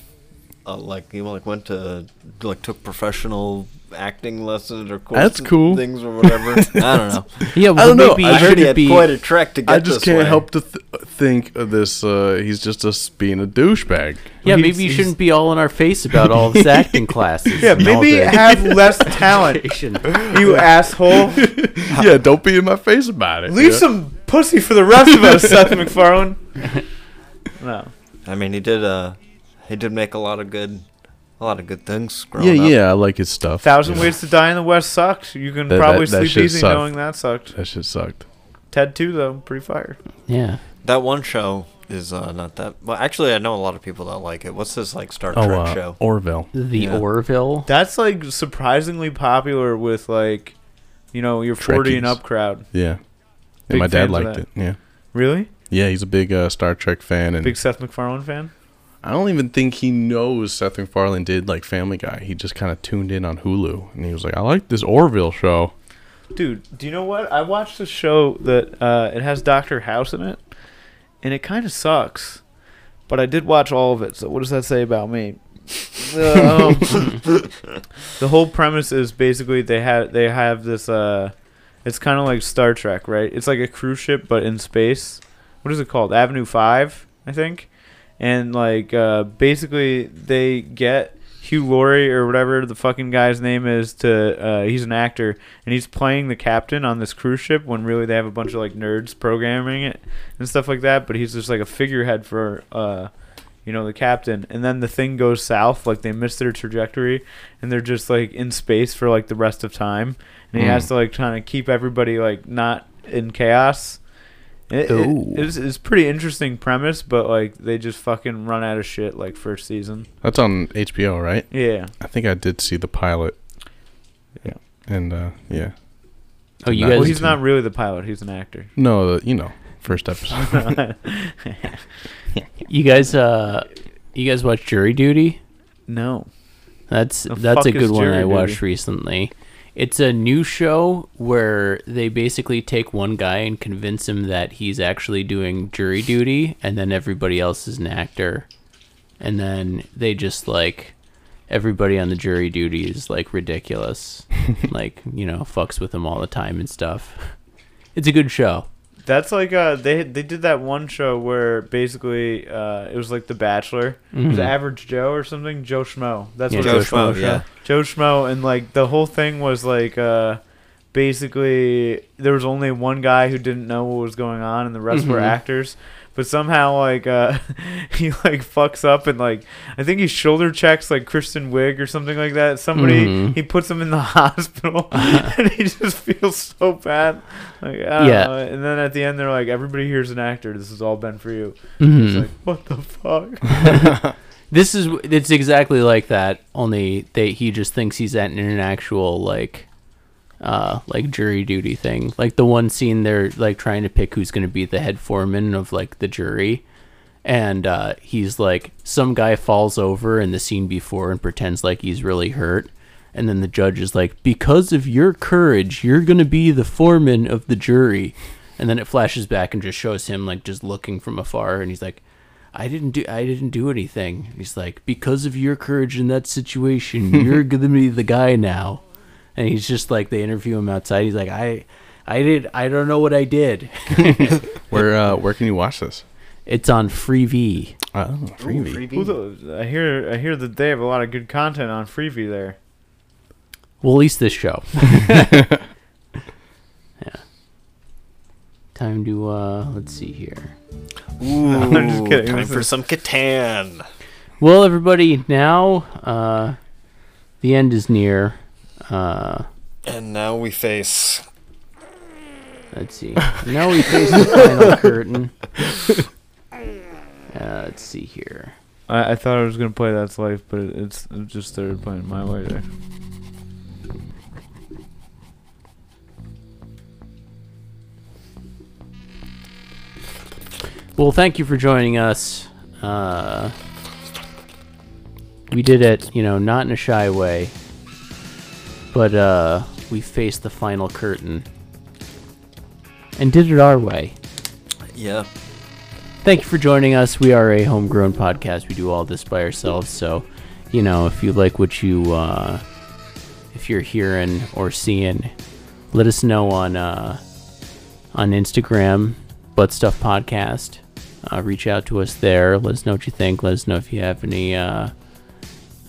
E: Uh, like he like went to like took professional acting lessons or course
D: That's cool.
E: things or whatever. I don't know.
D: I don't know.
E: I heard he had
D: be,
E: quite a trek to get.
D: I just
E: this
D: can't
E: way.
D: help to th- think of this. Uh, he's just us being a douchebag.
C: Yeah, maybe you shouldn't be all in our face about all this acting classes.
A: Yeah,
C: and all
A: maybe
C: the
A: have less talent,
C: education.
A: you asshole.
D: yeah, don't be in my face about it.
A: Leave
D: yeah.
A: some pussy for the rest of us, Seth MacFarlane. No.
E: I mean, he did. Uh, he did make a lot of good, a lot of good things. Growing
D: Yeah,
E: up.
D: yeah, I like his stuff.
A: Thousand
D: yeah.
A: Ways to Die in the West sucks. You can
D: That-
A: probably
D: that- that
A: sleep
D: shit
A: easy
D: sucked.
A: knowing that sucked.
D: That shit sucked.
A: Ted 2, though, pretty fire.
C: Yeah.
E: That one show is uh, not that. Well, actually, I know a lot of people don't like it. What's this like Star
D: Oh,
E: Trek
D: uh,
E: show?
D: Orville.
C: The
E: Yeah.
C: Orville.
A: That's like surprisingly popular with like, you know, your 40 and
D: Trekkies.
A: up crowd.
D: Yeah.
A: Big
D: And my dad
A: fans of
D: liked
A: that.
D: it. Yeah.
A: Really?
D: Yeah, he's a big uh, Star Trek fan, and
A: Big Seth MacFarlane fan?
D: I don't even think he knows Seth MacFarlane did like Family Guy. He just kind of tuned in on Hulu, and he was like, "I like this Orville show."
A: Dude, do you know what? I watched a show that uh, it has Doctor House in it, and it kind of sucks. But I did watch all of it, so what does that say about me? Um, the whole premise is basically they have they have this. Uh, it's kind of like Star Trek, right? It's like a cruise ship, but in space. What is it called? Avenue Five, I think. And like, uh, basically, they get Hugh Laurie or whatever the fucking guy's name is to uh, he's an actor and he's playing the captain on this cruise ship when really they have a bunch of like nerds programming it and stuff like that but he's just like a figurehead for uh, you know, the captain. And then the thing goes south, like they miss their trajectory, and they're just like in space for like the rest of time. And he
S: Hmm.
A: has to like trying to keep everybody like not in chaos. It,
D: Ooh.
A: it, it's, it's pretty interesting premise, but like they just fucking run out of shit like first season.
D: That's on HBO, right?
A: Yeah.
D: I think I did see the pilot.
A: Yeah.
D: And uh yeah.
C: Oh, you
D: Did
A: well,
D: not-
A: he's not really the pilot; he's an actor.
D: No, the, you know, first episode.
C: You guys, uh, you guys watch Jury Duty?
A: No.
C: That's
A: The
C: that's
A: fuck
C: a
A: is
C: good one
A: Jury
C: I watched
A: Duty?
C: recently. It's a new show where they basically take one guy and convince him that he's actually doing jury duty, and then everybody else is an actor. And then they just like everybody on the jury duty is like ridiculous, like you know fucks with him all the time and stuff. It's a good show.
A: That's like uh, they they did that one show where basically uh, it was like The Bachelor, It was
C: Mhm.
A: Average Joe or something, Joe Schmo. That's
C: Yeah,
A: what
C: Joe
A: it was
E: Schmo,
A: Schmo,
E: yeah.
A: Joe Schmo, and like the whole thing was like uh, basically there was only one guy who didn't know what was going on, and the rest were
S: Mhm.
A: actors. But somehow like uh, he like fucks up and like I think he shoulder checks like Kristen Wiig or something like that. Somebody
C: Mhm.
A: he puts him in the hospital and he just feels so bad. Like I don't
C: Yeah.
A: know. And then at the end, they're like, "Everybody here's an actor. This has all been for you." It's
C: Mhm.
A: like, what the fuck?
C: this is it's exactly like that only they he just thinks he's at an actual like uh like jury duty thing like the one scene they're like trying to pick who's going to be the head foreman of like the jury and uh he's like some guy falls over in the scene before and pretends like he's really hurt and then the judge is like because of your courage you're going to be the foreman of the jury and then it flashes back and just shows him like just looking from afar and he's like I didn't do I didn't do anything. He's like, because of your courage in that situation, you're gonna be the guy now. And he's just like they interview him outside. He's like, I I did I don't know what I did.
D: where uh where can you watch this?
C: It's on Freevee.
D: Oh, Freevee.
A: Who the- I hear I hear that they have a lot of good content on Freevee there.
C: Well, at least this show. yeah. Time to uh let's see here.
E: Ooh,
A: I'm just kidding.
E: time
A: This
E: for
A: is-
E: some Catan.
C: Well, everybody, now uh the end is near. Uh
E: And now we face.
C: Let's see. Now we face the final curtain. Uh, let's see here.
A: I, I thought I was gonna play That's Life, but it, it's it just started playing my way there.
C: Well, thank you for joining us. Uh, we did it, you know, not in a shy way, but uh, we faced the final curtain and did it our way.
E: Yeah.
C: Thank you for joining us. We are a homegrown podcast. We do all this by ourselves. So, you know, if you like what you, uh, if you're hearing or seeing, let us know on uh, on Instagram, Butt Stuff Podcast. Uh, reach out to us there. Let us know what you think. Let us know if you have any uh,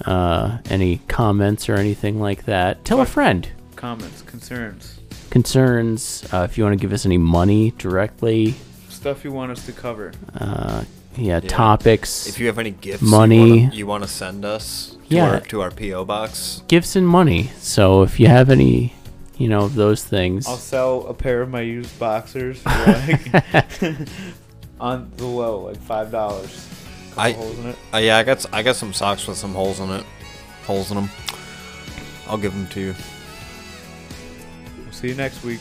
C: uh, any comments or anything like that. Tell a friend
A: Comments, concerns,
C: concerns. Uh, if you want to give us any money directly,
A: stuff you want us to cover.
C: uh, yeah, topics.
E: If you have any gifts,
C: money,
E: you want to send us to,
C: Yeah.
E: our, to our PO box.
C: gifts, and money. So if you have any, you know, of those things,
A: I'll sell a pair of my used boxers for like on the low, like five dollars.
E: I,
A: holes in it.
E: Uh, yeah, I got s- I got some socks with some holes in it, holes in them. I'll give them to you.
A: We'll see you next week.